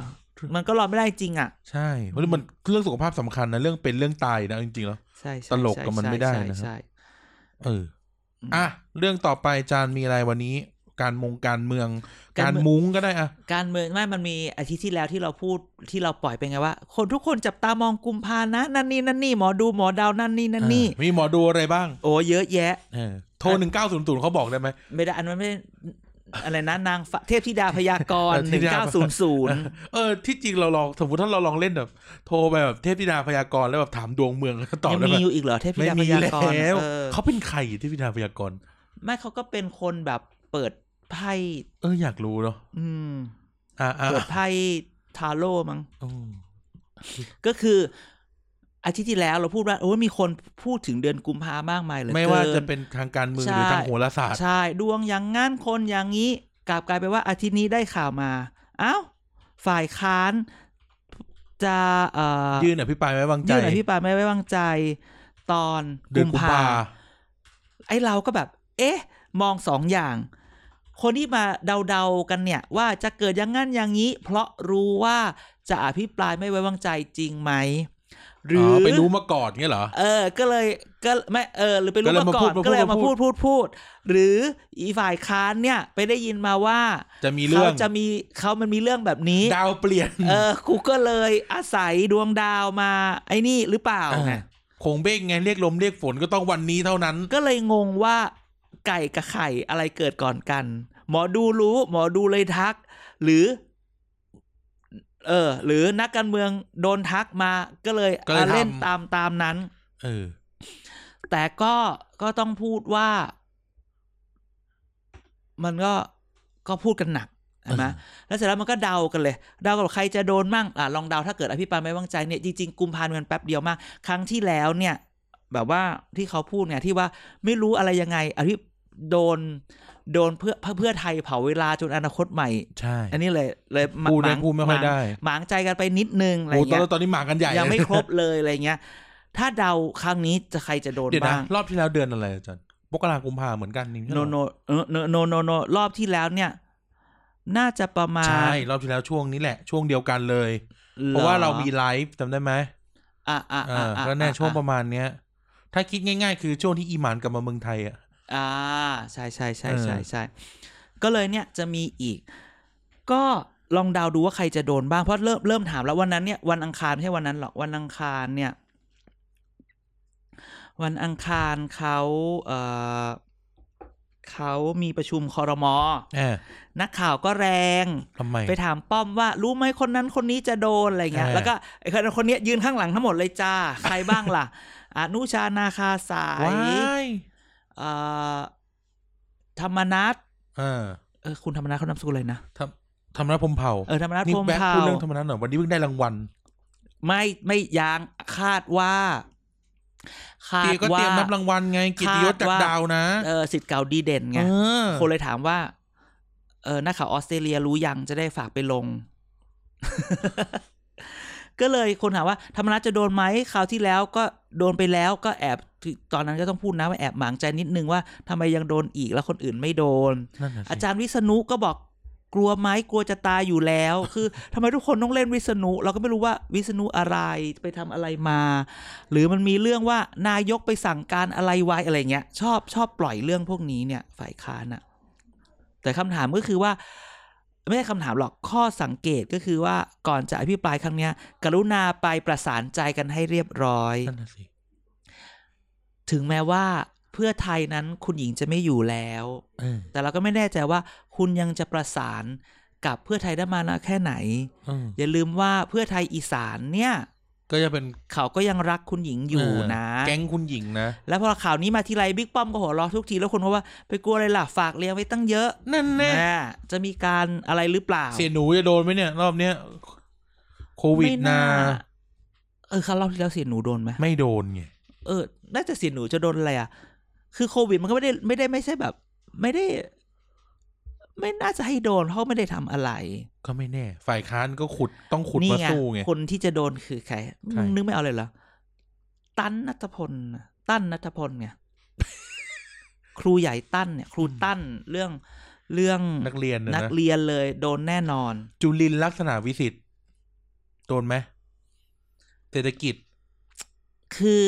A: มันก็รอไม่ได้จริงอ่ะ
B: ใช่เพราะมันเรื่องสุขภาพสำคัญนะเรื่องเป็นเรื่องตายนะเอาจริงๆแล้ว
A: ใช่ใช่
B: ตลกกับมัน
A: ใช่
B: ไม่ได้
A: ใช่
B: นะครับ
A: ใช่
B: เอออ
A: ม
B: อ่ะเรื่องต่อไปจานมีอะไรวันนี้ การมงการเมือง
A: กา
B: การ ร
A: เมือง
B: มุ้งก็ได้อ่ะ
A: การเมืองไม่มันมีอาทิตย์ที่แล้วที่เราพูดที่เราปล่อยไปไงว่า คนทุกคนจับตามองกุมภานะ นั่นนี่นั่นนี่หมอดูหมอดาวนั่นนี่นั่นนี่
B: เออมีหมอดูอะไรบ้าง
A: โอ้เยอะแยะ
B: เออโทรหนึ่งเก้าศูนย์ศูนย์เขาบอกได้ไหม
A: ไม่ได้อันนั้นไม่ได้อะไรนะนางฟ้าเทพธิดาพยากรห
B: เทพธิ
A: นึ่ง
B: ดา
A: เก้าศูนย์ศูนย์
B: เออที่จริงเราลองสมมติถ้าเราลองเล่นแบบ โทรไปแบบเทพธิดาพยากรณ์แล้วแบบถามดวงเมืองแล้วตอบ
A: ยัง
B: ได้
A: มี
B: ไหม
A: อยู่อีกเหรอเทพธิ
B: ไม่
A: ดาพ
B: มี
A: ยา
B: แล้
A: กร
B: ว
A: เออ
B: เขาเป็นใครเทพธิดาพยากรณ์
A: ไม่เขาก็เป็นคนแบบเปิดไพ่
B: เอออยากรู้เนาะ
A: อืม
B: อ่าอ่า
A: เปิดไพ่ทาโร่มั้ง
B: อืม
A: ก็คืออาทิตย์ที่แล้วเราพูดว่าโอ้ยมีคนพูดถึงเดือนกุมภามากมายเหลย
B: ไม่ว่าจะเป็นทางการเมืองหรือทางโหราศาสตร์
A: ใช่ดวงอย่างงั้นคนอย่างนี้กลับกลายไปนว่าอาทิตย์นี้ได้ข่าวมา เอ้า ฝ่ายค้านจะเอ่อ
B: ยื่นอภิปรายไม่วางใจ
A: ยื่นอภิปรายไม่ไว้วางใจตอน
B: เดือนกุมภา
A: ไอ้เราก็แบบ เอ๊ะ มองสองอย่าง คนที่มาเดาๆกันเนี่ย ว่าจะเกิดอย่างงั้นอย่างนี้ เพราะรู้ว่าจะอภิปรายไม่ไว้วางใจจริงไหม หรื
B: อ๋
A: อ
B: อ
A: อ
B: ไปรู้มาก่อนเงี้ยเหรอ
A: เออ ก็เลยก็ไม่เออหรือไปรู้
B: ก็เลย
A: มา
B: มา
A: ก่
B: พู
A: อ
B: ด
A: น
B: มาพูด
A: ก็เลยเอามา
B: มา
A: พู
B: พู
A: ด
B: ด
A: พูดพูด หรืออีฝ่ายค้านเนี่ย ไปได้ยินมาว่า
B: จะมีเรื่
A: เขา
B: อง
A: จะมีเขามันมีเรื่องแบบนี้
B: ดาวเปลี่ยน
A: เออกูก็เลยอาศัยดวงดาวมาไอ้นี่หรือเปล่าไง
B: อ่าคงเบ้งไงเรียกลมเรียกฝนก็ต้องวันนี้เท่านั้น
A: ก็เลยงงว่าไก่กับไข่อะไรเกิดก่อนกัน หมอดูรู้ หมอดูเลยทัก หรือ เออ หรือนักการเมืองโดนทักมาก็เลย
B: ก็เลย
A: เอาเล่น
B: ทำ
A: ตามตามนั้น
B: เออ
A: แต่ก็ก็ต้องพูดว่า มันก็ก็พูดกันหนักใช่ไหม
B: เออ
A: แล้วเสร็จแล้วมันก็เดากันเลยเดากันว่าใครจะโดนมั่งอ่ะลองเดาถ้าเกิดอภิปรายไม่ไว้วางใจเนี่ยจริงๆกุมภาพันธ์มันแป๊บเดียวมาก ครั้งที่แล้วเนี่ย แบบว่าที่เขาพูดเนี่ยที่ว่าไม่รู้อะไรยังไงอภิ โดน โดนเพื่อเพื่อไทยเผาเวลาจนอนาคตใหม่
B: ใช่
A: อันนี้เลยเลย
B: กูเนี่ยกูไม่ค่อยได้
A: หมางใจกันไปนิดนึงอะไร
B: กูตอ
A: เงี้
B: น
A: ย
B: ตอนนี้หมากันใหญ่
A: ยังไม่ครบเลยอะไรเงี้ย ถ้าเดาครั้งนี้จะใครจะโดน
B: เดี๋ยวนะ
A: บ้าง
B: รอบที่แล้วเดือนอะไรอาจารย์มกรากุมภาเหมือนกันนี่ไม่ใช่
A: โน
B: เหรอ
A: โนเออโนโนโนโนรอบที่แล้วเนี่ย น่าจะประมาณ
B: ใช่รอบที่แล้วช่วงนี้แหละ ช่วงเดียวกันเลย
A: หอ
B: เพราะว่าเรามีไลฟ์จำได้ไหม
A: อ่ะอ่ะ
B: เอ
A: อ่ะ
B: อ
A: อ่ะ
B: ก็แน่
A: อ่ะ
B: ช่วงประมาณเนี้ย ถ้าคิดง่าย ๆ คือช่วงที่อีหมานกลับมาเมืองไทยอ่ะ
A: อ่าใช่ใช่ใช่
B: เออ
A: ใช่ใช่ก็เลยเนี่ยจะมีอีก ก็ลองเดาดูว่าใครจะโดนบ้างเพราะเริ่มเริ่มถามแล้ววันนั้นเนี่ยวันอังคารไม่ใช่วันนั้นหรอกวันอังคารเนี่ย วันอังคารเขาเอ่อเขามีประชุมคอรมอ
B: แหม
A: นักข่าวก็แรง
B: ทำไม
A: ไปถามป้อมว่ารู้ไหมคนนั้นคนนี้จะโดนอะไรเงี้ย
B: เออ
A: แล้วก็ไอ้คนนั้นคนเนี้ยยืนข้างหลังทั้งหมดเลยจ้า ใครบ้างล่ะ <laughs> อนุชานาคาสาย
B: ว้าย
A: เอ่อธรรมนัท
B: เออ
A: เออคุณธรรมนัทเขานามสกุลอะไรนะ
B: ทำทำนัฐพรหมเผ่า
A: เออธรรมนัท
B: นี่
A: พรหม
B: แบก
A: เผ่า
B: พูดเรื่องธรรมนัฐหน่อยวันนี้เพิ่งได้รางวัล
A: ไม่ไม่ยางคาดว่าคา
B: เตี
A: ด
B: ยก็เต
A: ว่า
B: รียมรับรางวัลไงกิตติยศจาก
A: คาดว่า
B: ดาวนะ
A: เออสิทธิ์เก่าดีเด่นไง
B: เออ
A: คนเลยถามว่า เออนักข่าวออสเตรเลียรู้ยังจะได้ฝากไป
B: <laughs>
A: ลง ก็เลยคนถามว่าธรรมนัฐจะโดนไหมคราวที่แล้วก็โดนไปแล้วก็แอบตอนนั้นก็ต้องพูดนะว่าแอบหมางใจนิดนึงว่าทำไมยังโดนอีกแล้วคนอื่นไม่โดน
B: นั่นน่ะสิ
A: อาจารย์วิษณุก็บอกกลัวไหมกลัวจะตายอยู่แล้ว <laughs> คือทำไมทุกคนต้องเล่นวิษณุ เราก็ไม่รู้ว่าวิษณุอะไรไปทำอะไรมา หรือมันมีเรื่องว่านายกไปสั่งการอะไรไว้อะไรเงี้ย ชอบชอบปล่อยเรื่องพวกนี้เนี่ยฝ่ายค้านอะแต่คำถามก็คือว่า ไม่ใช่คำถามหรอกข้อสังเกตก็คือว่าก่อนจะอภิปรายครั้งเนี้ย กรุณาไปประสานใจกันให้เรียบร้อย
B: นั่นน่ะสิ
A: ถึงแม้ว่าเพื่อไทยนั้นคุณหญิงจะไม่อยู่แล้ว
B: เออ
A: แต่เราก็ไม่แน่ใจว่าคุณยังจะประสานกับเพื่อไทยได้มานะแค่ไหน
B: เออ
A: อย่าลืมว่าเพื่อไทยอีสานเนี่ย
B: ก็จะเป็น
A: เขาก็ยังรักคุณหญิงอยู่นะ
B: แก๊งคุณหญิงนะ
A: แล้วพอข่าวนี้มาทีไรบิ๊กป้อมก็หัวเราะทุกทีแล้วคนก็ว่าไปกลัวอะไรล่ะฝากเลี้ยงไว้ตั้งเยอะ
B: นั่นแน่
A: แน่จะมีการอะไรหรือเปล่า
B: เสียหนูจะโดนไหมเนี่ย รอบเนี้ยโควิด
A: ไม่
B: นะ
A: น่าเออคราวเราที่แล้วเสียหนูโดนไหม
B: ไม่โดนไง
A: เออน่าจะเสียหนูจะโดนอะไรอ่ะ คือโควิดมันก็ไม่ได้ไม่ได้ไม่ใช่แบบ ไม่ได้ ไม่น่าจะให้โดนเพราะไม่ได้ทำอะไร
B: ก็ไม่แน่ ฝ่ายค้านก็ขุดต้องขุดมาสู้ไง
A: คนที่จะโดนคือใคร
B: ใคร
A: มึงนึกไม่เอาเลยเหรอ ตั้นนัทพลน่ะตั้นนัทพล
B: <laughs>
A: ไง ครูใหญ่ตั้นเนี่ย ครูตั้นเรื่องเรื่อง
B: นักเรียนนะ
A: นัก
B: นะ
A: เรียนเลยโดนแน่นอน
B: จุลินลักษณะวิสิทธิ์โดนไหมเศรษฐกิจ
A: คือ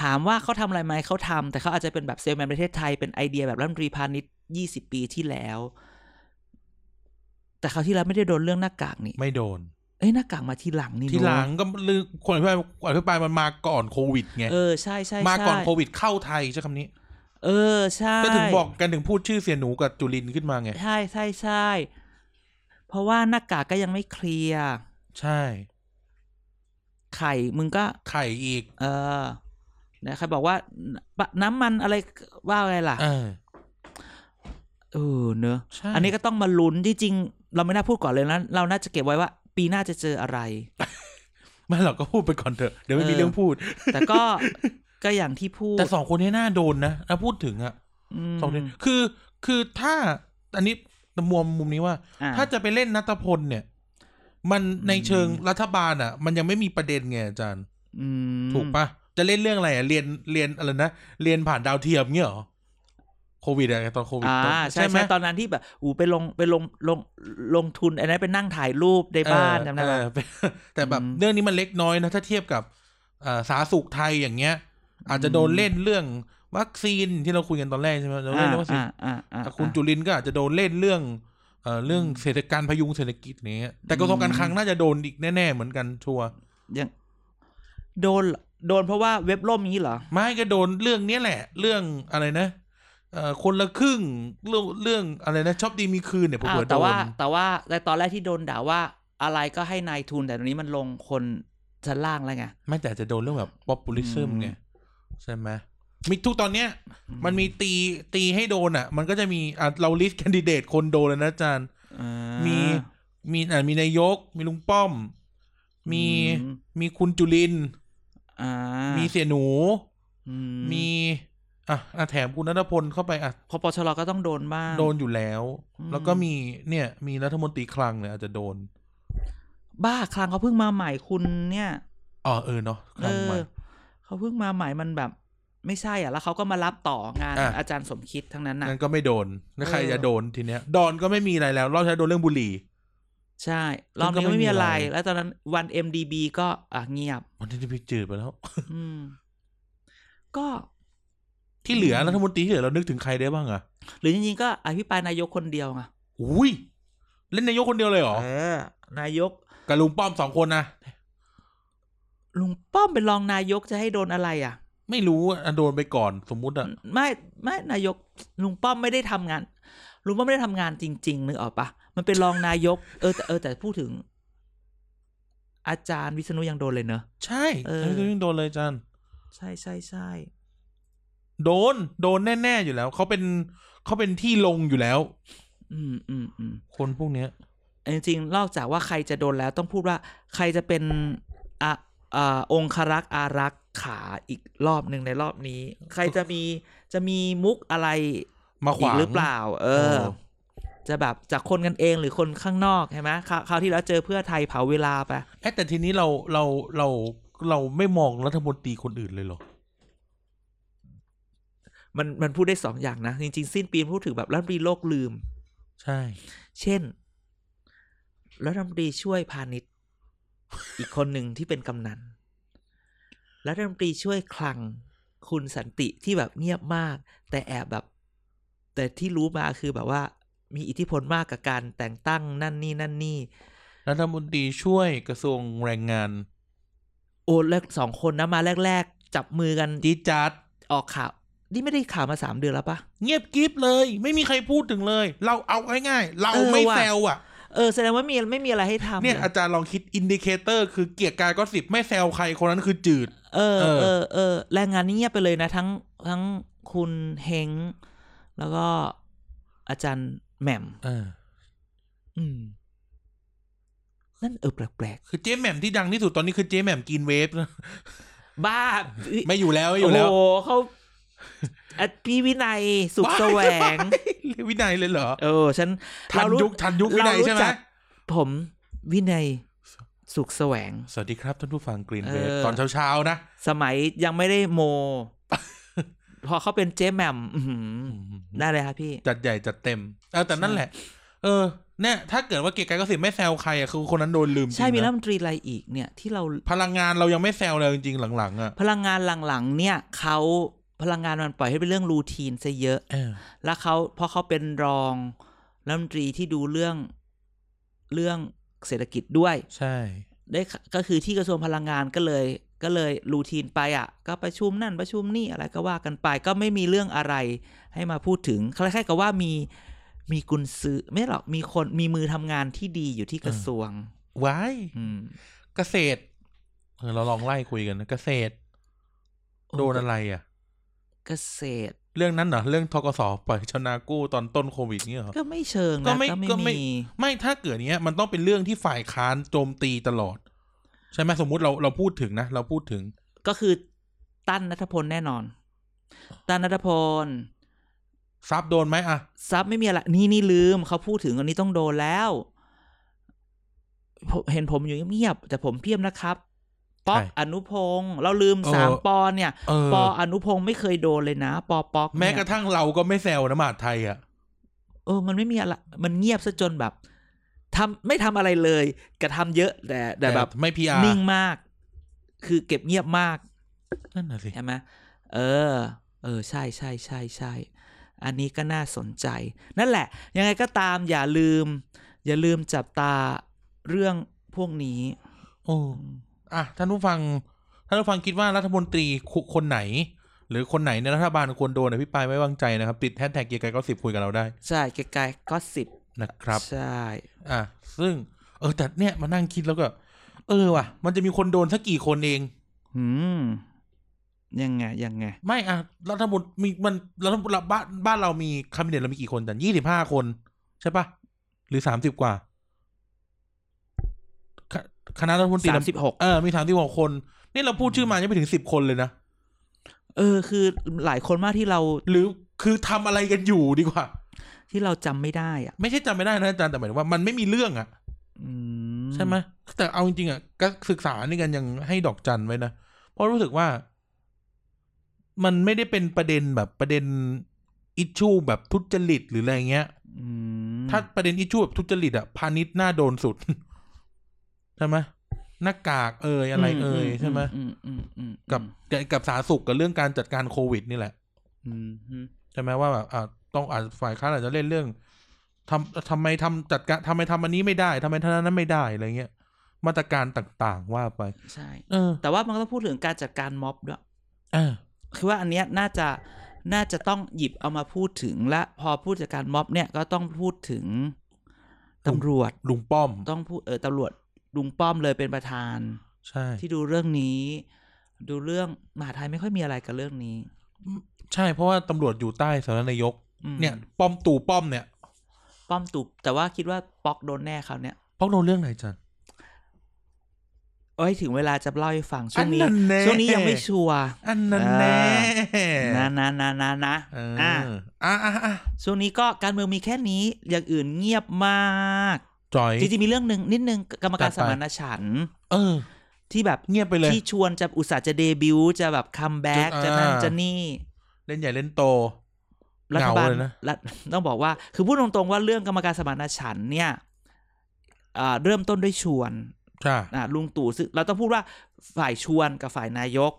A: ถามว่าเขาทำอะไรไหมเขาทำแต่เขาอาจจะเป็นแบบเซลแมนประเทศไทยเป็นไอเดียแบบรัฐมนตรีพาณิชย์ยี่สิบปีที่แล้ว แต่เขาวที่แล้วไม่ได้โดนเรื่องหน้ากากนี่
B: ไม่โดน
A: เอ้ยหน้ากากมาทีหลังนี่
B: ที่
A: เนอะ
B: หลังก็ลือคนอภิปรายอภิปรายมันมาก่อนโควิดไง
A: เออใช่ใช่
B: มาก่อน
A: ใช่
B: โควิดเข้าไทยใช้คำนี้
A: เออใช่
B: ก็ถึงบอกกันถึงพูดชื่อเสียหนูกับจุลินขึ้นมาไง
A: ใช่ใช่ใช่ เพราะว่าหน้ากากก็ยังไม่เคลียร์
B: ใช่
A: ไข่มึงก็
B: ไข่อีก
A: เออนะใครบอกว่าปะน้ำมันอะไรว่าอะไรล่ะ
B: เออ
A: เออเนอะ
B: ใช่
A: อันนี้ก็ต้องมาลุ้นที่จริงๆเราไม่น่าพูดก่อนเลยนะเราน่าจะเก็บไว้ว่า ปีหน้าจะเจออะไร
B: ไม่หรอกก็พูดไปก่อนเถอะ เดี๋ยวไม่
A: เอ
B: มี
A: อ
B: เรื่องพูด
A: แต่ก็ <laughs> ก็อย่างที่พูด
B: แต่สองคนนี้น่าโดนนะถ้าพูดถึงอะ
A: ม
B: สองคนคือคือถ้า อันนี้มวมมุมนี้ว่า
A: อ่
B: ถ้าจะไปเล่นนัตพลเนี่ย มันในเชิงรัฐบาลอะมันยังไม่มีประเด็นไงอาจารย์
A: อืม
B: ถูกปะจะเล่นเรื่องอะไรอะเรียนเรียนอะไรนะเรียนผ่านดาวเทียมเงี้ยเหรอโควิดอะไรตอนโควิด
A: อ่า
B: ตอน
A: ใช่
B: ไหม
A: ใช่ตอนนั้นที่แบบอูไปลงไปลงลงลงทุนอันนั้นไปนั่งถ่ายรูปในบ้าน
B: เออ
A: จำได้ไหม
B: เออ <laughs> เป็นแต่แบบ
A: อืม
B: เรื่องนี้มันเล็กน้อยนะถ้าเทียบกับเอ่อสาธารณสุขไทยอย่างเงี้ย อาจจะโดนเล่นเรื่องวัคซีนที่เราคุยกันตอนแรกใช่ไหมเราเล่นเรื่องวัคซีน
A: อ่าอ่าอ่า
B: แต่คุณจุลินก็อาจจะโดนเล่นเรื่องเอ่อเรื่องเศรษฐการพยุงเศรษฐกิจเนี้ยแต่กระทรวงการคลังน่าจะโดนอีกแน่ๆเหมือนกันชัวร์
A: ยังโดนเหรอโดนเพราะว่าเว็บล่มนี้เหรอ
B: ไม่ก็โดนเรื่องเนี้ยแหละ เรื่องอะไรนะเอ่อคนละครึ่งเรื่องเรื่องอะไรนะชอบดีมีคืนเนี่ยผม
A: อ้า
B: เผ
A: ว
B: ลอโด
A: แต่ว่าน แต่ว่าในตอนแรกที่โดนด่าว่าอะไรก็ให้นายทุนแต่ตอนนี้มันลงคนชั้นล่างแล้วไง
B: ไม่แต่จะโดนเรื่องแบบ populism
A: อืม
B: ไงใช่ไหมมีทุกตอนเนี้ย มันมีตีตีให้โดนอ่ะ มันก็จะมีอ่ะเราลิสต์แคนดิเดตคนโดนแล้วนะอาจารย์
A: อ่า
B: มีมีอ่ะมีนายก มีลุงป้อม มี
A: อื
B: มีคุณจุลิน
A: อ่า
B: มีเสี่ยหนู
A: อื
B: มี อ่ะอ่ะแถมคุณนัทพลเข้าไปอ่ะ
A: พอปชรก็ต้องโดนบ้าง
B: โดนอยู่แล้ว
A: อืม
B: แล้วก็มีเนี่ย มีรัฐมนตรีคลังเนี่ยอาจจะโดน
A: บ้าคลังเขาเพิ่งมาใหม่คุณเนี่ย
B: อ๋อเออเนาะค
A: เอ
B: ลัง
A: อ
B: ใหม่
A: เขาเพิ่งมาใหม่มันแบบ ไม่ใช่อ่ะ แล้วเขาก็มารับต่องาน
B: อ่ะ
A: อาจารย์สมคิดทั้งนั้นนะ
B: งั้นก็ไม่โดนนะใคร
A: เออ
B: จะโดนทีเนี้ย ดอนก็ไม่มีอะไรแล้ว รอบที่แล้วโดนเรื่องบุหรี่
A: ใช่
B: ซึ่
A: รอบ
B: งก็
A: นี้
B: ไม่
A: ไม่
B: มี
A: มี
B: อะ
A: อะไร ไร แล้วตอนนั้นวัน MDB ก็อ่ะเงียบ
B: วันนี้พี่จืดไปแล้ว
A: อืม ก็
B: ที่เหลือ
A: อืม
B: รัฐมนตรีที่เหลือเรานึกถึงใครได้บ้างอะ
A: หรือจริงๆก็อภิปรายนายกคนเดียวไง
B: อุ้ยเล่นนายกคนเดียวเลยเหรอ
A: เออนายก
B: กับลุงป้อมสองคนนะ
A: ลุงป้อมเป็นรองนายกจะให้โดนอะไรอ่ะ
B: ไม่รู้อะอ่ะโดนไปก่อนสมมุติอะ
A: ไม่ไม่นายกลุงป้อมไม่ได้ทำงานลุงป้อมไม่ได้ทำงานจริงๆนึกออกปะมันเป็นรองนายก เออแต่เออแต่พูดถึง อาจารย์วิษณุยังโดนเลยเนอะ
B: ใช่
A: เออ
B: ไอ้ตัวยังโดนเลยจัน
A: ใช่ใช่ใช่
B: โดนโดนแน่ ๆ อยู่แล้วเขาเป็นเขาเป็นที่ลงอยู่แล้ว
A: อืมอืมอืม
B: คนพวกเนี้ย
A: จริงๆนอกจากว่าใครจะโดนแล้วต้องพูดว่าใครจะเป็นอ่ะอ่าองครักษ์อารักขาอีกรอบหนึ่งในรอบนี้ ใครจะมีจะมีมุกอะไร
B: มาข
A: อีก
B: วาง
A: หรือเปล่า เออ
B: เออ
A: จะแบบจากคนกันเองหรือคนข้างนอกใช่ไหมคราวคราวที่แล้วเจอเพื่อไทยเผาเวลาไป
B: เอ๊ะแต่ทีนี้เราเราเราเราไม่มองรัฐมนตรีคนอื่นเลยเหรอ
A: มันมันพูดได้สองอย่างนะ จริง ๆ สิ้นปีมันพูดถึงแบบรัฐมนตรีโลกลืม
B: ใช่
A: เช่น รัฐมนตรีช่วยพาณิชย์ อีกคนหนึ่งที่เป็นกำนันรัฐมนตรีช่วยคลังคุณสันติที่แบบเงียบมาก แต่แอบแบบ แต่ที่รู้มาคือแบบว่า มีอิทธิพลมากกับการแต่งตั้งนั่นนี่นั่นนี่
B: รัฐมนตรีช่วยกระทรวงแรงงาน
A: โอ้แรกสองคนนะมาแรก ๆ จับมือกัน
B: จีดจัด
A: ออกข่าวนี่ไม่ได้ข่าวมาสามเดือนแล้วปะ
B: เงียบกริบเลย ไม่มีใครพูดถึงเลย เราเอาง่ายๆเรา
A: เออ
B: ไม่
A: ว่ะ
B: แซวอ่ะ
A: เออแสดงว่ามีไม่มีอะไรให้ทำ
B: เนี่ย
A: หรอ
B: อาจารย์ลองคิดอินดิเคเตอร์คือเกียร์กายก็สิบไม่แซวใครคนนั้นคือจืด
A: เออ
B: เออ
A: เออเออแรงงานนี่เงียบไปเลยนะทั้งทั้งคุณเฮง แล้วก็อาจารย์แหม่ม อืม นั่นเออแปลก
B: คือเจ๊แหม่มที่ดังที่สุดตอนนี้คือเจ๊แหม่มกินเวฟนะ
A: ๆ บ้า
B: ไม่อยู่แล้วไม่อยู่แล้ว
A: โอ้โหเขาอ่ะพี่วินัยสุขแสวง
B: วินัยเลยเหรอ
A: เออ ฉัน
B: ทัน
A: รู้
B: ยุคทันยุควินัย
A: เรารู้
B: ใช่ไหม
A: จักผมวินัยสุขแสวง
B: สวัสดีครับท่านผู้ฟังกรีนเวฟ
A: เออ
B: ตอนเช้าๆนะ
A: สมัยยังไม่ได้โม <laughs> พอเขาเป็นเจ๊แหม่มอื้อหือได้เลยครับพี่
B: จัดใหญ่จัดเต็มเออแต่นั่นแหละ เออเนี่ยถ้าเกิดว่าเกียร์กายก็สิบไม่แซวใครอ่ะคือคนนั้นโดนลืมจริง
A: ใช่มี
B: นะ
A: รัฐมนตรีอะไรอีกเนี่ยที่เรา
B: พลังงานเรายังไม่แซวเลยจริงๆ หลังๆอ่ะ
A: พลังงานหลังๆ เนี่ยเขาพลังงานมันปล่อยให้เป็นเรื่องรูทีนซะเยอะ แล้วเขาเพราะเขาเป็นรองรัฐมนตรีที่ดูเรื่องเรื่องเศรษฐกิจด้วย
B: ใช่
A: ได้ขก็คือที่กระทรวงพลังงานก็เลย ก็เลยรูทีนไปอ่ะ ก็ประชุมนั่นประชุมนี่อะไรก็ว่ากันไป ก็ไม่มีเรื่องอะไรให้มาพูดถึงคล้ายๆกับว่ามีมีกุญซือไม่หรอกมีคนมีมือทำงานที่ดีอยู่ที่กระทรวง
B: ว้าย
A: อืม
B: เกษตรเออเราลองไล่คุยกันนะเกษตร โดนอะไรอ่ะ
A: เกษตร
B: เรื่องนั้นเหรอเรื่องทกสปล่อยชาวนากู้ตอนต้นโควิดเนี่ยเหรอ
A: ก็ไม่เชิงนะ
B: ก็ไม่ก็
A: ก็
B: ไม่
A: ไม่มี
B: ไม่ถ้าเกิดเนี้ยมันต้องเป็นเรื่องที่ฝ่ายค้านโจมตีตลอด ใช่ไหมสมมุติเราเราพูดถึงนะ เราพูดถึง
A: ก็คือตั้นนัทพลแน่นอน ตั้นนัทพล
B: ทรัพย์โดนไหมอ่ะ
A: ซับไม่มีอะไรนี่นี่ลืมเขาพูดถึงอันนี้ต้องโดนแล้วผมเห็นผมอยู่เงียบๆแต่ผมเพียบนะครับ ป๊อก
B: ใช่
A: อนุพงศ์เราลืม
B: เออ
A: สามปอเนี่ย
B: เออ
A: ปออนุพงศ์ไม่เคยโดนเลยนะปอป๊อกเนี่ย
B: แม้กระทั่งเราก็ไม่แซวนะมหาดไทยอ่ะ
A: เออมันไม่มีอะไรมันเงียบซะจนแบบทำไม่ทำอะไรเลยกระทำเยอะแต่แต่แบบ
B: ไม่พีอาร์
A: นิ่งมาก คือเก็บเงียบมาก
B: นั่นน่ะสิ
A: ใช่ไหมเออ เออ ใช่ใช่ใช่ใช่ อันนี้ก็น่าสนใจ นั่นแหละ ยังไงก็ตามอย่าลืม อย่าลืมจับตาเรื่องพวกนี้
B: โอ้ อ่ะท่านผู้ฟังท่านผู้ฟังคิดว่ารัฐมนตรีคุคนไหน หรือคนไหนในรัฐบาลควรโดนอภิปรายไม่วางใจนะครับ ติดแฮชแท็กเกียร์กายก็สิบคุยกับเราได้
A: ใช่ไกลๆก็สิบ
B: นะครับ
A: ใช่
B: อ่ะซึ่ง เออแต่เนี่ยมานั่งคิดแล้วก็ เออว่ะ มันจะมีคนโดนสักกี่คนเอง
A: หืม ยังไง ยังไง
B: ไม่อ่ะรัฐมนตรีมีมันรัฐมนตรีบ้านบ้านเรามีคาบิเนตเรามีกี่คนจันยี่สิบห้าคน ใช่ปะหรือสามสิบกว่าคคณะรัฐมนตรี
A: สามสิบหก
B: เออมีสามสิบหกคน นี่เราพูดชื่อมายังไม่ถึงสิบคนเลยนะ
A: เ เออ คือหลายคนมากที่เรา
B: หรือคือทำอะไรกันอยู่ดีกว่า
A: ที่เราจำไม่ได้อ่ะ
B: ไม่ใช่จำไม่ได้นะอาจารย์แต่หมายถึงว่ามันไม่มีเรื่องอะ
A: อื
B: ใช่ไหมแต่เอาจริงๆอ่ะการศึกษานี่กันยังให้ดอกจันไว้นะ เพราะรู้สึกว่า มันไม่ได้เป็นประเด็นแบบประเด็นอิชชูแบบทุจริตหรืออะไรเงี้ย
A: อืม
B: ถ้าประเด็นอิชชูแบบทุจริตอ่ะพาณิชย์น่าโดนสุด <laughs> ใช่ไหมหน้ากากเอ่ยอะไรเอ่ยใช่ไหม
A: อืมอืมอืม
B: กับกับสาธารณสุขกับเรื่องการจัดการโควิดนี่แหละ
A: อืมอืม
B: ใช่ไหมว่าแบบอ่าต้องอาจฝ่ายค้านอาจจะเล่นเรื่องทำทำไมทำจัดการทำไมทำอันนี้ไม่ได้ทำไมทำอันนั้นไม่ได้อะไรเงี้ย มาตรการต่างๆว่าไป
A: ใช่
B: เออ
A: แต่ว่ามันก็ต้องพูดถึงการจัดการม็อบด้วย
B: อ่า
A: คือว่าอันเนี้ยน่าจะน่าจะต้องหยิบเอามาพูดถึงและพอพูดจากการม็อบเนี่ยก็ต้องพูดถึงตำรวจ
B: ลุงป้อม
A: ต้องพูดเออตำรวจลุงป้อมเลยเป็นประธาน
B: ใช่
A: ที่ดูเรื่องนี้ ดูเรื่องมหาไทยไม่ค่อยมีอะไรกับเรื่องนี้
B: ใช่เพราะว่าตำรวจอยู่ใต้สำนักนายก
A: อืม
B: เนี่ย ป้อมตู่ป้อมเนี่ย
A: ป้อมตุบแต่ว่าคิดว่าป๊อกโดนแน่คราวเนี้ย
B: ป้องโดนเรื่องไหนจัน
A: เอ้ยถึงเวลาจะเล่าให้ฟังช่วงนี้
B: อันนั้นแน่
A: ช่วงนี้ยังไม่ชัวร์
B: อันนั้นแน่
A: นะนะนะนะนะ
B: เอออ่ะอ่ะอ่ะ
A: ช่วงนี้ก็การเมืองมีแค่นี้อย่างอื่นเงียบมาก
B: จอย
A: จริงๆมีเรื่องหนึ่งนิดนึงกรรมการ
B: จัดไป
A: สมานฉันท์
B: เออ
A: ที่แบบ
B: เงียบไปเลย
A: ที่ชวนจะอุตส่าห์จะเดบิวต์จะแบบคัมแบ็ก
B: จะ
A: จะ
B: อ่า
A: นั่นจะนี่
B: เล่นใหญ่เล่นโต
A: รัฐบาล
B: เหงาเลยนะ
A: รัฐ <laughs> ต้องบอกว่า คือพูดตรงๆว่าเรื่องกรรมการสมานฉันท์เนี่ยอ่าเริ่มต้นด้วยชวน
B: ใช่
A: อ่าลุงตู่ซึ่งเราต้องพูดว่าฝ่ายชวนกับฝ่ายนายก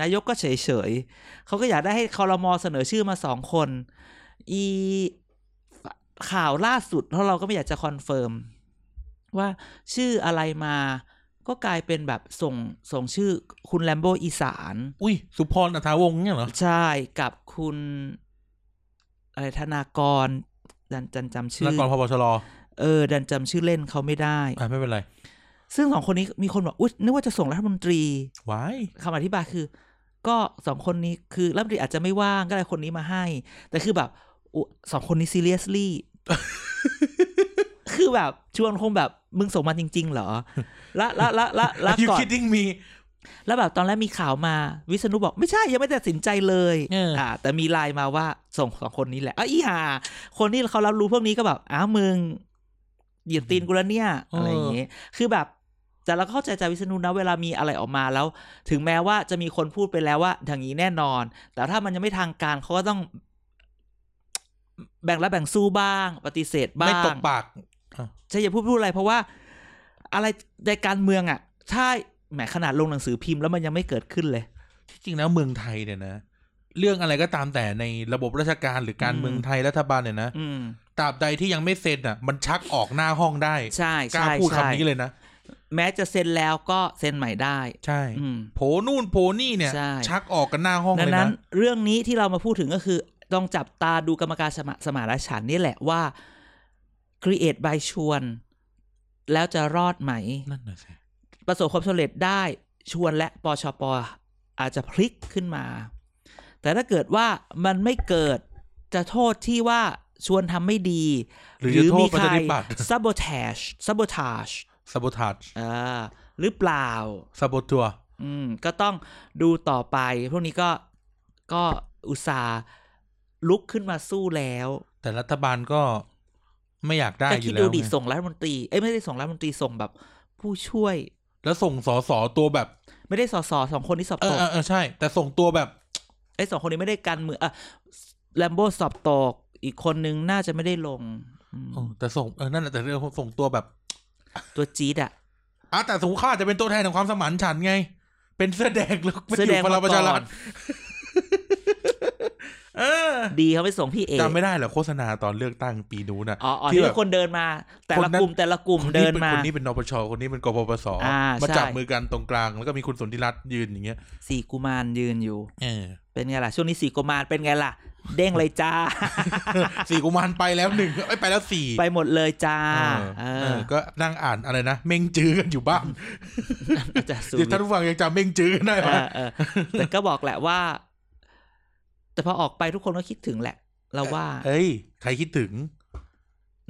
A: นายกก็เฉยๆเขาก็อยากได้ให้คอรมอเสนอชื่อมาสองคน อีข่าวล่าสุดเพราะเราก็ไม่อยากจะคอนเฟิร์ม ว่าชื่ออะไรมาก็กลายเป็นแบบส่งส่งชื่อคุณแลมโบอีสาน
B: อุ้ย สุพรอัฐาวงศ์เนี่ยเหรอ
A: ใช่กับคุณ อะไรธนากร ดันจันจำชื่
B: แล้
A: อ
B: วก่อนพบชรอ
A: เออ ดันจำชื่อเล่นเขาไม่ได้
B: อ่ะไม่เป็นไร
A: ซึ่งสองคนนี้มีคนบอกอุ๊ยนึกว่าจะส่งรัฐมนตรี
B: วาย
A: คำอธิบายคือ ก็สองคนนี้คือรัฐมนตรีอาจจะไม่ว่างก็เลยคนนี้มาให้ แต่คือแบบอุ๊ยสองคนนี้ seriously <laughs> คือแบบชวนคงแบบมึงส่งมาจริง ๆ เหรอและและและและและ
B: ยู
A: ก่อน
B: คิดดิ้งมี
A: แล้วแบบตอนแรกมีข่าวมาวิษณุบอกไม่ใช่ยังไม่ได้ตัดสินใจเลย
B: เอออ่
A: แต่มีไลน์มาว่าส่งสองคนนี้แหละเอ้ยอีห่าคนที่เขารับรู้พวกนี้ก็แบบอ้าวมึงเหยียดตีนกูแล้วเนี่ยอะไรอย่างเงี้ยคือแบบ แต่เราก็เข้าใจใจวิษณุนะเวลามีอะไรออกมาแล้ว ถึงแม้ว่าจะมีคนพูดไปแล้วว่าอย่างนี้แน่นอน แต่ถ้ามันยังไม่ทางการเขาก็ต้อง แบ่งรับแบ่งสู้บ้าง ปฏิเสธบ้าง
B: ไม่ตกปากอ่ะ
A: จะอย่าพูดพูดอะไรเพราะว่าอะไรในการเมืองอ่ะถ้าแหมขนาดลงหนังสือพิมพ์แล้วมันยังไม่เกิดขึ้นเลย
B: ที่จริงแล้วเมืองไทยเนี่ยนะ เรื่องอะไรก็ตามแต่ในระบบราชการหรือการเมืองไทยรัฐบาลเนี่ยนะ
A: อืม
B: ตราบใดที่ยังไม่เซ็นอ่ะ มันชักออกหน้าห้องได้
A: ใช่
B: กล้า
A: ใช่
B: พูด
A: ใช่
B: คำนี้เลยนะ
A: แม้จะเซ็นแล้วก็เซ็นใหม่ได้
B: ใช่
A: อืม
B: โผนู่นโผนี่เนี่ย
A: ใช่
B: ชักออกกันหน้าห้อง
A: ดั
B: เล
A: ง
B: ย
A: นั้
B: นะ
A: นเรื่องนี้ที่เรามาพูดถึงก็คือ ต้องจับตาดูกรรมการสมาสมานฉันท์นี่แหละว่า Create by ชวน แล้วจะรอดไหม
B: นั่นน่ะสิ
A: ประสบความสำเร็จได้ชวนและปชปอาจจะพลิกขึ้นมา แต่ถ้าเกิดว่ามันไม่เกิดจะโทษที่ว่าชวนทำไม่ดี
B: หรือจะโทษประชาธิปัตย์
A: sabotage sabotage
B: ซ b บ t a g e
A: อ่าหรือเปล่า
B: ซ a บทัว
A: อืม ก็ต้องดูต่อไป พวกนี้ก็ก็อุตส่าห์ลุกขึ้นมาสู้แล้ว
B: แต่รัฐบาลก็ไม่อยากได้
A: แต่
B: อ
A: คิด
B: ยู่แล้
A: ดู
B: ว
A: ดิ
B: ไง
A: ส่งรัฐมนตรี เอ้ยไม่ได้ส่งรัฐมนตรีส่งแบบ ผู้ช่วย
B: แล้วส่งสอสอตัวแบบ
A: ไม่ได้สอสอสองคนที่สอบ
B: เอ
A: ต
B: อก เออเออใช่ แต่ส่งตัวแบบ
A: ไอ้สองคนนี้ไม่ได้กันมืออ่ะแลมโบสอบตก อีกคนนึงน่าจะไม่ได้ลงอืม
B: เออแต่ส่งเออนั่นแหละแต่เรื่องส่งตัวแบบ
A: ตัวจี๊ดอ่ะ
B: อ่ะแต่สมมติข้าอาจจะเป็นตัวแทนของความสมานฉันท์ไง เป็นเสื้อแดงแล้วไป
A: เสื้อ
B: อ
A: แด
B: ยู่
A: ง
B: พลังประชารั
A: มาก่อ
B: ฐ
A: น
B: เออ
A: ดีเขาไปส่งพี่เอก
B: จำไม่ได้เหรอโฆษณาตอนเลือกตั้งปีนู้นอ่ะ
A: อ๋ออ๋อ
B: ที่
A: ที่
B: แบบ
A: คนเดินมา แต่
B: ค
A: ละ
B: นนั้น
A: กลุ่มแต่ละกลุ่ม
B: คน
A: เดิ
B: นี้
A: น
B: เป็น
A: มา
B: คนนี้เป็นนปชคนนี้เป็นกปปส
A: อ่า
B: มา
A: ใช่
B: จับมือกันตรงกลาง แล้วก็มีคุณสนธิรัตน์ยืนอย่างเงี้ย
A: สี่กุมารยืนอยู่
B: เออ
A: เป็นไงล่ะ ช่วงนี้สี่กุมารเป็นไงล่ะ เด้งเลย
B: <laughs>
A: จ้า
B: สี่กุมารไปแล้วหนึ่งเอ้ยไปแล้วสี่
A: ไปหมดเลยจ้า
B: เออ
A: เอ
B: เอ
A: อ
B: อก็นั่งอ่านอะไรนะเม่งจื้อกันอยู่บ้าง
A: อาจะสูง
B: เดี๋ยวท่านผู้ฟังยังจำเม่งจื้อกันได้ไหม
A: เออเออแต่ก็บอกแหละว่า แต่พอออกไปทุกคนก็คิดถึงแหละ เราว่า
B: เอ้ยใครคิดถึง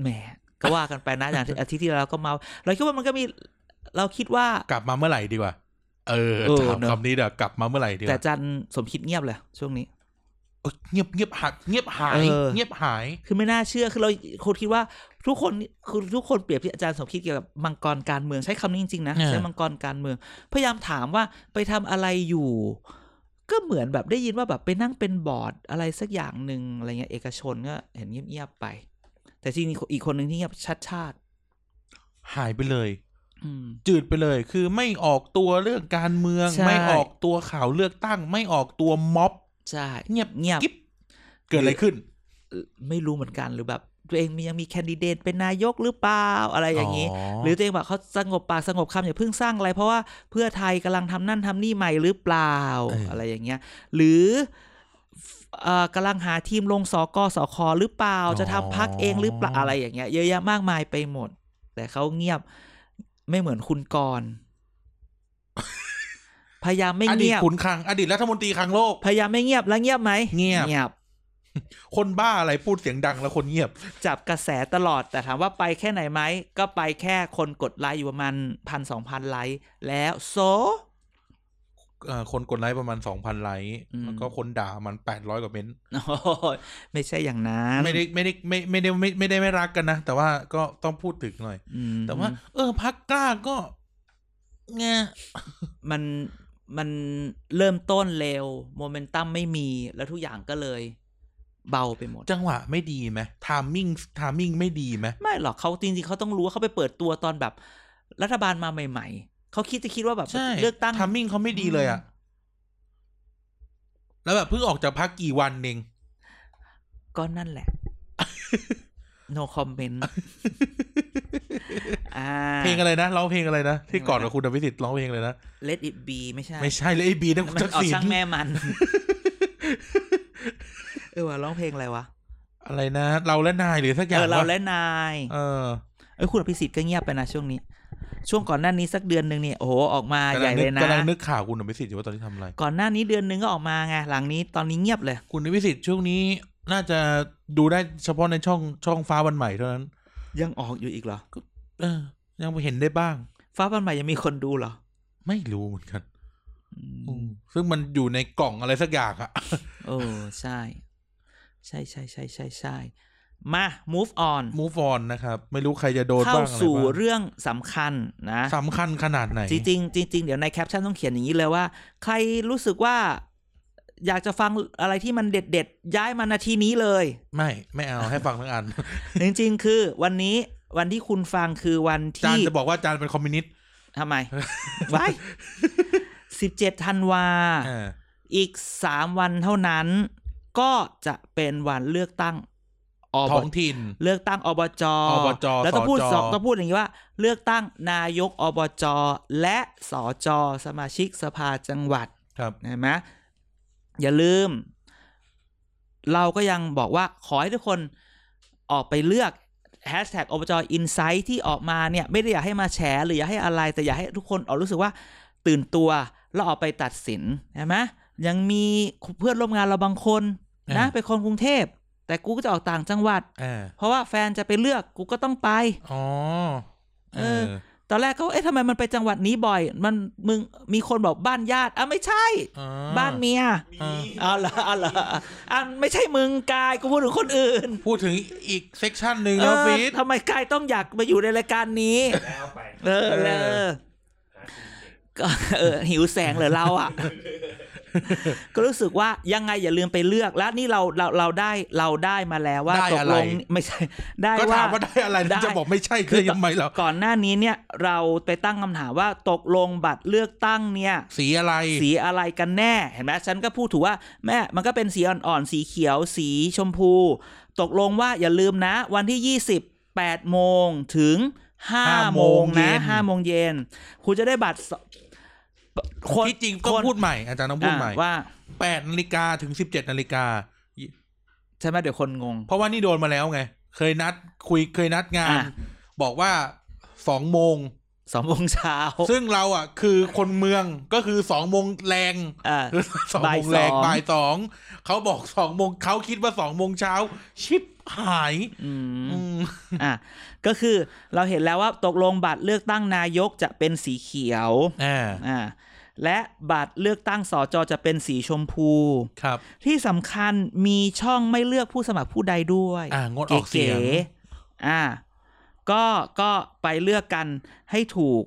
A: แหมก็ว่า <laughs> กันไปนะอย่างที่อาทิตย์ที่แล้วก็เมา เราคิดว่ามันก็มี เราคิดว่าก
B: ลับมาเมื่อไหร่ดีกว่า เออ
A: เออ
B: ถาม
A: เนอะ
B: คำนี้เดี๋ยวกลับมาเมื่อไหร่เดี๋ยว
A: แต่อาจันสมคิดเงียบเลยช่วงนี้
B: เออเงียบเงียบหักเงียบหาย
A: เออ
B: เงียบหาย
A: คือไม่น่าเชื่อคือเราคนคิดว่าทุกคนคือทุกคนเปรียบที่อาจารย์สมคิดเกี่ยวกับมังกรการเมืองใช้คำนี้จริงๆนะใช้มังกรการเมือง พยายามถามว่าไปทำอะไรอยู่ ก็เหมือนแบบได้ยินว่าแบบไปนั่งเป็นบอร์ดอะไรสักอย่างหนึ่งอะไรเงี้ยเอกชนก็เห็นเงียบๆไป แต่จริงๆอีกคนหนึ่งที่เงียบชัดชาติ
B: หายไปเลย
A: อืม
B: จืดไปเลย คือไม่ออกตัวเรื่องการเมือง
A: ใช่
B: ไม่ออกตัวข่าวเลือกตั้ง ไม่ออกตัวม็อบ
A: ใช่
B: เงียบ
A: เงียบ
B: กิ๊บเกิดอะไรขึ้น
A: เอ่อไม่รู้เหมือนกันหรือแบบ ตัวเองมียังมีแคนดิเดตเป็นนายกหรือเปล่าอะไรอย่างนี้
B: อ๋อ
A: หรือตัวเองแบบเขาสงบปากสงบคำอย่าเพิ่งสร้างอะไร เพราะว่าเพื่อไทยกำลังทำนั่นทำนี่ใหม่หรือเปล่า
B: เอออ
A: อะไรอย่างเงี้ย หรือเอ่อกำลังหาทีมลงสกสคหรือเปล่า จะทำพักเองหรือเปล่าอะไรอย่างเงี้ย เยอะแยะมากมายไปหมด แต่เขาเงียบไม่เหมือนคุณกร
B: <laughs>
A: ณ์พยายามไม่
B: อดีต
A: เงียบ
B: ขุนคลัง อดีตรัฐมนตรีคลังโลก
A: พยายามไม่เงียบแล้วเงียบไหม
B: เงียบ
A: เงียบ
B: คนบ้าอะไรพูดเสียงดังแล้วคนเงียบ
A: จับกระแสตลอดแต่ถามว่าไปแค่ไหนไหม ก็ไปแค่คนกดไลค์อยู่ประมาณพันสองพันไลค์แล้วโซ <laughs>
B: เอ่อคนกดไลค์ประมาณสองพันไลค์
A: อืม
B: แล้วก็คนด่ามันแปดร้อยกว่าเม้นต์
A: โอ้โหไม่ใช่อย่างนั้น
B: ไม่ได้ไม่ได้ไม่ไม่ได้ไม่ไม่ได้ไม่รักกันนะ แต่ว่าก็ต้องพูดถึงหน่อย
A: อืม
B: แต่ว่า เออพักกล้าก็แง
A: มันมันเริ่มต้นเร็วโมเมนตัมไม่มีแล้วทุกอย่างก็เลย เบาไปหมด
B: จังหวะไม่ดีไหมทามมิ่งทามมิ่งไม่ดีไหม
A: ไม่หรอกเขาจริงๆเขาต้องรู้ว่าเขาไปเปิดตัวตอนแบบ รัฐบาลมาใหม่ ๆ เขาคิดจะคิดว่าแบบ
B: ใช่
A: เลือกตั้ง
B: ทามมิ่งเขาไม่ดีเลยอะ
A: อื
B: แล้วแบบเพิ่งออกจากพักกี่วันเอง
A: ก็นั่นแหละ
B: <laughs>
A: no comment อ่า
B: เพลงอะไรนะร้องเพลงอะไรนะที่
A: เพลงอะไร
B: ก่อนกับ
A: นะ
B: คุณอภิสิทธิ์ร้องเพลงเลยนะ
A: let it be ไม่ใช่
B: ไม่ใช่เลยไอ้บีนะคุณ
A: มัน
B: ทัก
A: ออก
B: ษิณ
A: ช่างแม่มัน
B: <laughs>
A: เออว่ะร้องเพลงอะไรวะ
B: อะไรนะ เราและนายหรือสักอ
A: เอย่าง อเรา
B: วะ
A: และนาย
B: เออ
A: เอ้ยคุณอภิสิทธิ์ก็เงียบไปนะช่วงนี้ ช่วงก่อนหน้านี้สักเดือนหนึ่งเนี่ยโอ้โหออกมาใหญ่เลยนะ
B: กำลังนึกข่าวคุณอภิสิทธิ์อยู่ว่าตอนนี้ทำอะไร
A: ก่อนหน้านี้เดือนหนึ่งก็ออกมาไงหลังนี้ตอนนี้เงียบเลย
B: คุณอภิสิทธิ์ช่วงนี้น่าจะดูได้เฉพาะในช่องช่องฟ้าวันใหม่เท่านั้น
A: ยังออกอยู่อีกเหรอ
B: เออ ยังไปเห็นได้บ้าง
A: ฟ้าบันใหม่ยังมีคนดูเหรอ
B: ไม่รู้เหมือนกัน
A: อื
B: อื
A: ม
B: มซึ่งมันอยู่ในกล่องอะไรสักอย่างอะ
A: เออใช่ ใช่ใช่ใช่ใช่ใช่มา move on
B: move on นะครับ ไม่รู้ใครจะโดน
A: เข้า
B: บ้างอะไร
A: สู่
B: บ้าง
A: เรื่องสำคัญนะ
B: สำคัญขนาดไหน
A: จริงๆจริงๆเดี๋ยวในแคปชั่นต้องเขียนอย่างนี้เลยว่า ใครรู้สึกว่า อยากจะฟังอะไรที่มันเด็ดๆ ย้ายมานาทีนี้
B: <laughs>
A: เลย
B: ไม่ไม่เอาให้ฟังทั้งอัน
A: จริงๆ คือวันนี้วันที่คุณฟังคือวัน
B: จาน
A: ที่
B: จะบอกว่าจานเป็นคอมมิวนิสต์
A: ทำ
B: <laughs>
A: ไม ไว้สิบเจ็ดธันวา
B: เออ
A: อีกสามวันเท่านั้น ก็จะเป็นวันเลือกตั้งอบ
B: ท้องถิ่น
A: เลือกตั้งอบจ
B: อบจ
A: แล้วต้องพูด
B: สจ
A: สองต้องพูดอย่างนี้ว่า เลือกตั้งนายกอบจและสจสมาชิกสภาจังหวัด
B: ครับ
A: เห็นไหมอย่าลืม เราก็ยังบอกว่าขอให้ทุกคนออกไปเลือกแฮชแท็กอบจอินไซต์ที่ออกมาเนี่ย ไม่ได้อยากให้มาแฉหรืออยากให้อะไร แต่อยากให้ทุกคนออกรู้สึกว่าตื่นตัว แล้วออกไปตัดสินเห็นไหมยังมีเพื่อนร่วมงานเราบางคนนะ
B: อ่า
A: เป็นคนกรุงเทพ แต่กูก็จะออกต่างจังหวัด
B: เออ
A: เพราะว่าแฟนจะไปเลือกกูก็ต้องไป
B: อ๋อเออ
A: เออ ตอนแรกเขาเอ๊ะทำไมมันไปจังหวัดนี้บ่อย มันมึงมีคนบอกบ้านญาติอ่ะไม่ใช่
B: อ๋อ
A: บ้านเมีย
B: เออ
A: เอาละเอาละอันไม่ใช่มึงกายกูพูดถึงคนอื่น
B: พูดถึงอีกเซกชันหนึ่ง
A: เอ
B: แล้ว
A: อ
B: ฟีด
A: ทำไมกายต้องอยากมาอยู่ในรายการนี้
C: แล้วไป
A: เออเอ
B: เอ
A: อ
B: อ
A: ก็เออ หิวแสงเหรอเราอ่ะ <laughs> ก็รู้สึกว่ายังไงอย่าลืมไปเลือก แล้วนี่เราเราเราได้เราได้มาแล้วว่า
B: ได้
A: ตก
B: อะไร
A: ลงไม่ใช่ ได้
B: ก็
A: ว่า
B: ถามว่าได้อะไร
A: ได้
B: นะจะบอกไม่ใช่คือยังไงเรา
A: ก่อนหน้านี้เนี่ย เราไปตั้งคำถามว่าตกลงบัตรเลือกตั้งเนี่ย
B: สีอะไร
A: สีอะไรกันแน่เห็นไหมฉันก็พูดถูกว่าแม่มันก็เป็นสีอ่อนๆ สีเขียว สีชมพู ตกลงว่าอย่าลืมนะ วันที่ 28 โมงถึง 5 โมงนะ
B: ห้า
A: 5
B: โม
A: โม
B: ง
A: ง
B: เย็
A: เย็
B: น
A: น คุณจะได้บัตรสคน
B: ที่จริงต้อง
A: คน
B: พูดใหม่อาจารย์ต้องพูดใหม่
A: อ่ะว่า
B: แปดนาฬิกาถึงสิบเจ็ดนาฬิกา
A: ใช่ไหมเดี๋ยวคนงง
B: เพราะว่านี่โดนมาแล้วไง เคยนัดคุยเคยนัดงาน
A: อ่ะ
B: บอกว่าสองโมง
A: สองโมงเช้า
B: ซึ่งเราอ่ะ คือคนเมืองก็คือสองโมงแรง
A: อ่ะ
B: สองโมงแรง
A: บ่ายสอง
B: บ่ายสองเขาบอกสองโมงเขาคิดว่าสองโมงเช้า ชิปหาย
A: อืม
B: อืม
A: อ่ะก็คือเราเห็นแล้วว่าตกลงบัตรเลือกตั้งนายกจะเป็นสีเขียว
B: อ่า
A: อ่า และบัตรเลือกตั้งสจจะเป็นสีชมพู
B: ครับ
A: ที่สำคัญมีช่องไม่เลือกผู้สมัครผู้ใดด้วย
B: อ่างดออกเสียง
A: ก๋ๆอ่า ก็ก็ไปเลือกกันให้ถูก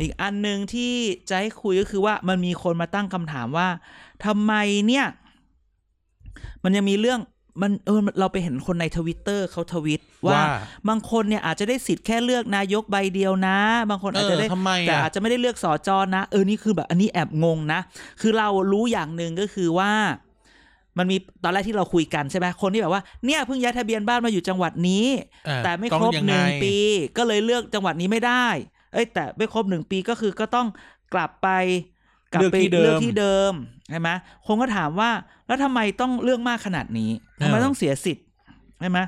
A: อีกอันหนึ่งที่จะให้คุยก็คือว่ามันมีคนมาตั้งคำถามว่าทำไมเนี่ย มันยังมีเรื่องมันเออเราไปเห็นคนในทวิตเตอร์เขาทวิตว่า
B: ว่า
A: บางคนเนี่ยอาจจะได้สิทธิ์แค่เลือกนายกใบเดียวนะ บางคน
B: เอ
A: อาจ
B: อ
A: จะได้
B: ทำไม
A: แต่
B: อ่ะ
A: อาจจะไม่ได้เลือกสอจอนะ เออ นี่คือแบบอันนี้แอบงงนะ คือเรารู้อย่างหนึ่งก็คือว่า มันมีตอนแรกที่เราคุยกันใช่ไหมคนที่แบบว่าเนี่ยเพิ่งย้ายทะเบียนบ้านมาอยู่จังหวัดนี้
B: อ่ะ
A: แต่ไม่
B: ต้อ
A: ครบ
B: ยั
A: ห
B: ไ
A: นึ่งปี ก็เลยเลือกจังหวัดนี้ไม่ได้ เอ้ย แต่ไม่ครบหนึ่งปีก็คือก็ต้องกลับไปกลัไป
B: เลือก
A: อก
B: ที่เดิม
A: ที่เดิมใช่ไหมคนก็ถามว่า แล้วทำไมต้องเลือกมากขนาดนี้ทำไม
B: เออ
A: ต้องเสียสิทธิ์ใช่ไหม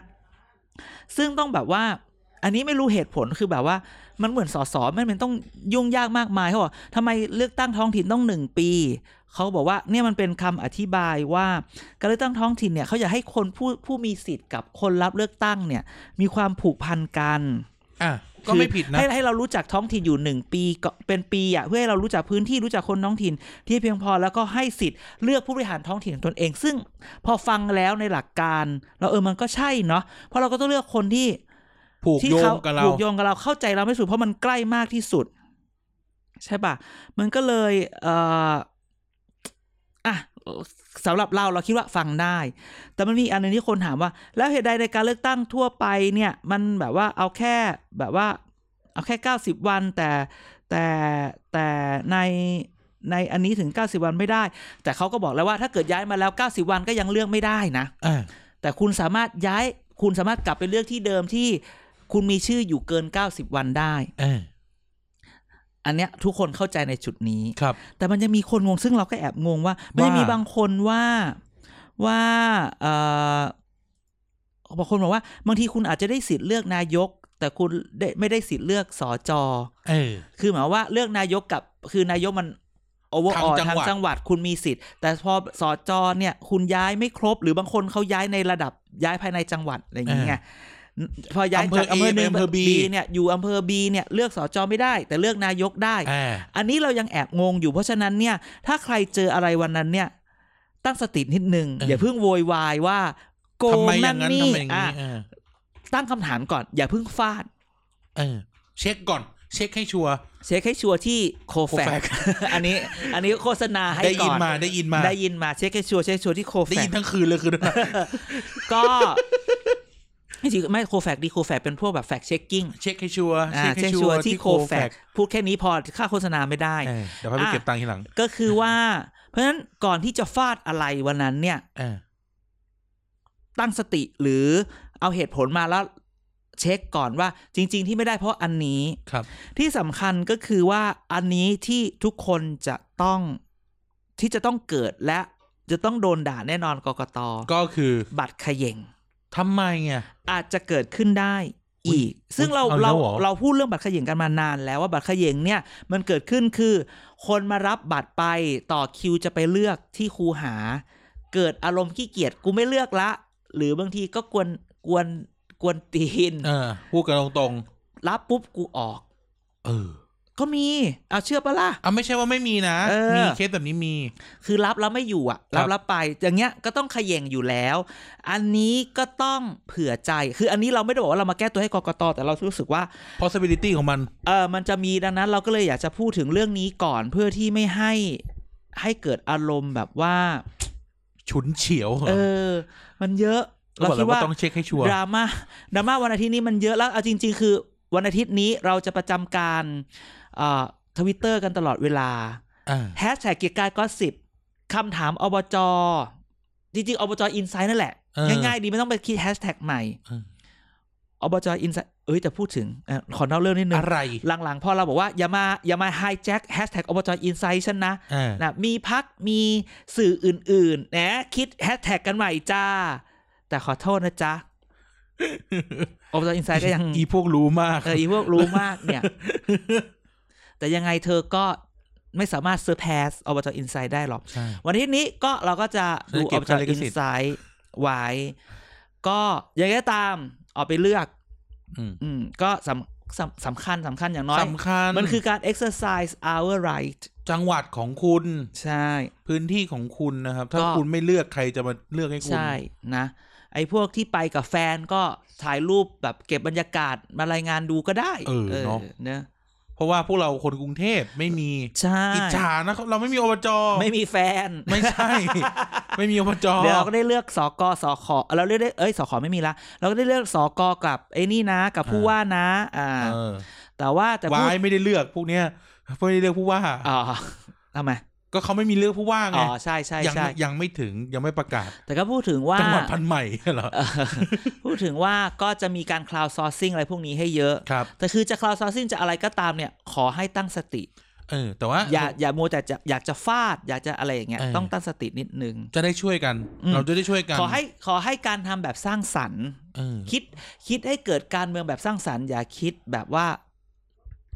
A: ซึ่งต้องแบบว่า อันนี้ไม่รู้เหตุผลคือแบบว่า มันเหมือนสอสอมันเป็นต้องยุ่งยากมากมายเขาบอกทำไมเลือกตั้งท้องถิ่นต้องหนึ่งปีเขาบอกว่าเนี่ยมันเป็นคำอธิบายว่า การเลือกตั้งท้องถิ่นเนี่ยเขาอยากให้คนผู้ผู้มีสิทธิ์กับคนรับเลือกตั้งเนี่ย มีความผูกพันกัน
B: อ่ะก็ไม่
A: คือ
B: ผิดนะ
A: ให้ให้เรารู้จักท้องถิ่นอยู่หนึ่งปีก็เป็นปีอ่ะเพื่อให้เรารู้จักพื้นที่รู้จักคนท้องถิ่น ที่เพียงพอแล้วก็ให้สิทธิ์เลือกผู้บริหารท้องถิ่นของตนเอง ซึ่งพอฟังแล้วในหลักการเราเออมันก็ใช่เนาะเพราะเราก็ต้องเลือกคนที่
B: ผูก
A: ที่
B: โยง
A: เขา
B: กับเรา
A: ผูกโยงกับเราเข้าใจเราไม่สุดเพราะมันใกล้มากที่สุด ใช่ป่ะ มันก็เลยเอ่ออ่ะสำหรับเราเราคิดว่าฟังได้ แต่มันมีอีกอันหนึงที่คนถามว่า แล้วเหตุใดในการเลือกตั้งทั่วไปเนี่ย มันแบบว่าเอาแค่แบบว่า เอาแค่เก้าสิบวัน แต่แต่แต่ในในอันนี้ถึงเก้าสิบวันไม่ได้ แต่เขาก็บอกแล้วว่าถ้าเกิดย้ายมาแล้วเก้าสิบวันก็ยังเลือกไม่ได้นะ
B: อ่ะ
A: แต่คุณสามารถย้ายคุณสามารถกลับไปเลือกที่เดิมที่คุณมีชื่ออยู่เกิน 90 วันได้
B: อ่ะ
A: อันเนี้ยทุกคนเข้าใจในจุดนี้
B: ครับ
A: แต่มันจะมีคนงงซึ่งเราก็แอบงงว่าไม่
B: ว่า
A: มีบางคนว่าว่าเออบางคนบอกว่า บางทีคุณอาจจะได้สิทธิ์เลือกนายก แต่คุณได้ไม่ได้สิทธิ์เลือกสอจอ
B: เออ
A: คือหมายว่าเลือกนายกกับคือนายกมันโอเวอร์ออ
B: ทางจั
A: ทาง
B: งหวัด
A: จังหวัดคุณมีสิทธิ์ แต่พอสอจอเนี่ย คุณย้ายไม่ครบ หรือบางคนเขาย้ายในระดับย้ายภายในจังหวัดอะไรอย่างเงี้ยพอย้ายจาก
B: อำ
A: อำเภ
B: เภอ
A: อ
B: A
A: หนึ่ง
B: ไปอำเภอ B
A: เนี่ยอยู่อำเภอบีเนี่ยเลือกสอจอไม่ได้ แต่เลือกนายกได้
B: อ่ะ
A: อันนี้เรายังแอบงงอยู่เพราะฉะนั้นเนี่ย ถ้าใครเจออะไรวันนั้นเนี่ย ตั้งสตินิดนึงอย่าเพิ่งโวยวายว่าโก
B: ทำ
A: ง
B: ไมอ
A: นั่
B: ย่าง
A: น
B: นั้น
A: นี่
B: ทำไมอย่าง
A: อ่ะ
B: นี้อ่ะ
A: ตั้งคำถามก่อนอย่าเพิ่งฟาด
B: เออ เช็คก่อน เช็คให้ชัวร์
A: เช็คให้ชัวร์ที่โคแฟก
B: Kofax
A: <laughs> อันนี้ อันนี้โฆษณาให้
B: ได้
A: ก่
B: ยิ
A: อน น
B: มาได้ยินมา
A: ได้ยินมาเช็คให้ชัวร์เช็คให้ชัวร์ที่โค
B: ได้
A: แฟ
B: ยิ
A: ก
B: นทั้งคืนเลยคืนนั้นอะ <laughs>
A: ก็ <laughs> ไม่จริงไม่โคแฟกดีโคแฟกเป็นพวกแบบแฟกเช็คกิ้ง
B: เช็คให้ชัวร์
A: อ่า
B: เช็ค
A: เช็
B: ให้
A: ค
B: ชั
A: ชัว
B: วร์
A: ร์
B: ที่
A: ที่
B: โค
A: โค
B: แฟ
A: แฟ
B: ก
A: กพูดแค่นี้พอค่าโฆษณาไม่ได้
B: เออเดี๋ยวพาไปเก็บตังค์ทีหลัง
A: ก็คือว่า เพราะฉะนั้นก่อนที่จะฟาดอะไรวันนั้นเนี่ย
B: เออ
A: ตั้งสติหรือเอาเหตุผลมาแล้วเช็คก่อนว่าจริง ๆ ที่ไม่ได้เพราะอันนี้
B: ครับ
A: ที่สำคัญก็คือว่าอันนี้ที่ทุกคนจะต้องที่จะต้องเกิดและจะต้องโดนด่าแน่นอนกกต
B: ก็คือ
A: บัตรเขย่ง
B: ทำไมอ่ะ
A: อาจจะเกิดขึ้นได้อีก ซึ่งเรา
B: เอาแล้
A: เรา
B: วเหรอ
A: เราพูดเรื่องบัตรเขย่งกันมานานแล้วว่าบัตรเขย่งเนี่ยมันเกิดขึ้นคือ คนมารับบัตรไปต่อคิวจะไปเลือกที่คูหา เกิดอารมณ์ขี้เกียจกูไม่เลือกละ หรือบางทีก็กวนกวนกวนตีน
B: เออพูดกันตรง
A: รับปุ๊บกูออก
B: ๆ เออ
A: ก็มีเอาเชื่อปะล่ะ
B: อ่ะไม่ใช่ว่าไม่มีนะ
A: เออ
B: มีเคสแบบนี้มี
A: คือรับแล้วไม่อยู่อ่ะ
B: ครั
A: รั
B: บบ
A: แล้วไป อย่างเงี้ยก็ต้องเขย่งอยู่แล้ว อันนี้ก็ต้องเผื่อใจ คืออันนี้เราไม่ได้บอกว่าเรามาแก้ตัวให้กกตแต่เรารู้สึกว่า
B: possibility ของมัน
A: เออมันจะมีดังนั้นเราก็เลยอยากจะพูดถึงเรื่องนี้ก่อนเพื่อที่ไม่ให้ให้เกิดอารมณ์แบบว่า
B: ฉุนเฉียวเหรอ
A: เออ มันเยอะ
B: เรา
A: เราคิ
B: คิด
A: ด
B: ว่า
A: ว่า
B: ต้องเช็คให้ชัวร์
A: ดราม่าดราม่าวันอาทิตย์นี้มันเยอะแล้วเอาจริง ๆ คือ วันอาทิตย์นี้เราจะประจำการทวิตเตอร์กันตลอดเวลา
B: อ่า
A: แฮชแท็กเกียร์กายก็สิบคำถามอบจ จริงๆอบจอินไซด์นั่นแหละ
B: เออ
A: ง่ายๆ ดีไม่ต้องไปคิดแฮชแท็กใหม่
B: เออ
A: อบจอินไซด์เอ้ยแต่พูดถึงเอ่อขอนอกเรื่องนิดนึง
B: อะไร
A: หลังๆ พอเราบอกว่า อย่ามาอย่ามาไฮแจ็คแฮชแท็กอบจอินไซด์ฉันนะ
B: อ่า
A: นะมีพักมีสื่ออื่นๆนะคิดแฮชแท็กกันใหม่จ้า แต่ขอโทษนะ
B: <laughs>
A: จ๊ะอบจอินไซด์ก็ยัง
B: อีพวกรู้มาก
A: เอออีพวกรู้มากเนี่ย แต่ยังไงเธอก็ไม่สามารถเซอร์ s พสอบจอินไซด์ได้หรอก
B: ใช่
A: วันที่นี้ก็เราก็จะดู
B: จะเก็
A: อบ บบ
B: ค่า
A: จ
B: ลิข
A: อิน
B: สิทธิ์
A: ไซด์ไว้ ก็ยังไงก็ตาม เอาไปเลือก
B: อืม
A: อืม ก็สำ สำสำคัญสำคัญอย่างน้อย
B: สำคัญ
A: มันคือการ exercise our right
B: จังหวัดของคุณ
A: ใช่
B: พื้นที่ของคุณนะครับ ถ้า
A: ก็
B: คุณไม่เลือกใครจะมาเลือกให้คุณ
A: ใช่นะ ไอ้พวกที่ไปกับแฟนก็ถ่ายรูปแบบเก็บบรรยากาศมารายงานดูก็ได้เนอะ
B: เพราะว่าพวกเราคนกรุงเทพไม่มี
A: ใช่
B: อิจฉานะครับเราไม่มีอบจ
A: ไม่มีแฟน
B: ไม่ใช่
A: <laughs>
B: ไม่มีอบจ
A: เดี๋ยวเราก็ได้เลือกสกสขเราเลือกได้เอ้ยสขไม่มีละเราก็ได้เลือกสกกับไอ้นี่นะ กับผู้ว่านะ อ่า
B: เออ
A: แต่ว่าแต่
B: วา
A: ผู้
B: ยไม่ได้เลือกพวกเนี้ยไม่ได้เลือกผู้ว่า
A: อ๋อทำไม
B: ก็เขาไม่มีเลือกผู้ว่าไง
A: อ๋อใช่ใช่
B: ยัง
A: ใช่
B: ยังไม่ถึงยังไม่ประกาศ
A: แต่ก็พูดถึงว่า
B: จังหวัดพันใหม่เหรอ
A: เอ่อ <laughs> พูดถึงว่าก็จะมีการ cloud sourcing อะไรพวกนี้ให้เยอะ
B: ครับ
A: แต่คือจะ cloud sourcing จะอะไรก็ตามเนี่ย ขอให้ตั้งสติ
B: เออแต่ว่า
A: อย่าอย่ามัวแต่จะอยากจะฟาด อยากจะอะไรอย่างเงี้ย
B: เออ
A: ต้องตั้งสตินิดนึง
B: จะได้ช่วยกัน
A: อืม
B: เราจะได้ช่วยกัน
A: ขอให้ขอให้การทำแบบสร้างสรรค์
B: เออ
A: คิดคิดให้เกิดการเมืองแบบสร้างสรรค์ อย่าคิดแบบว่า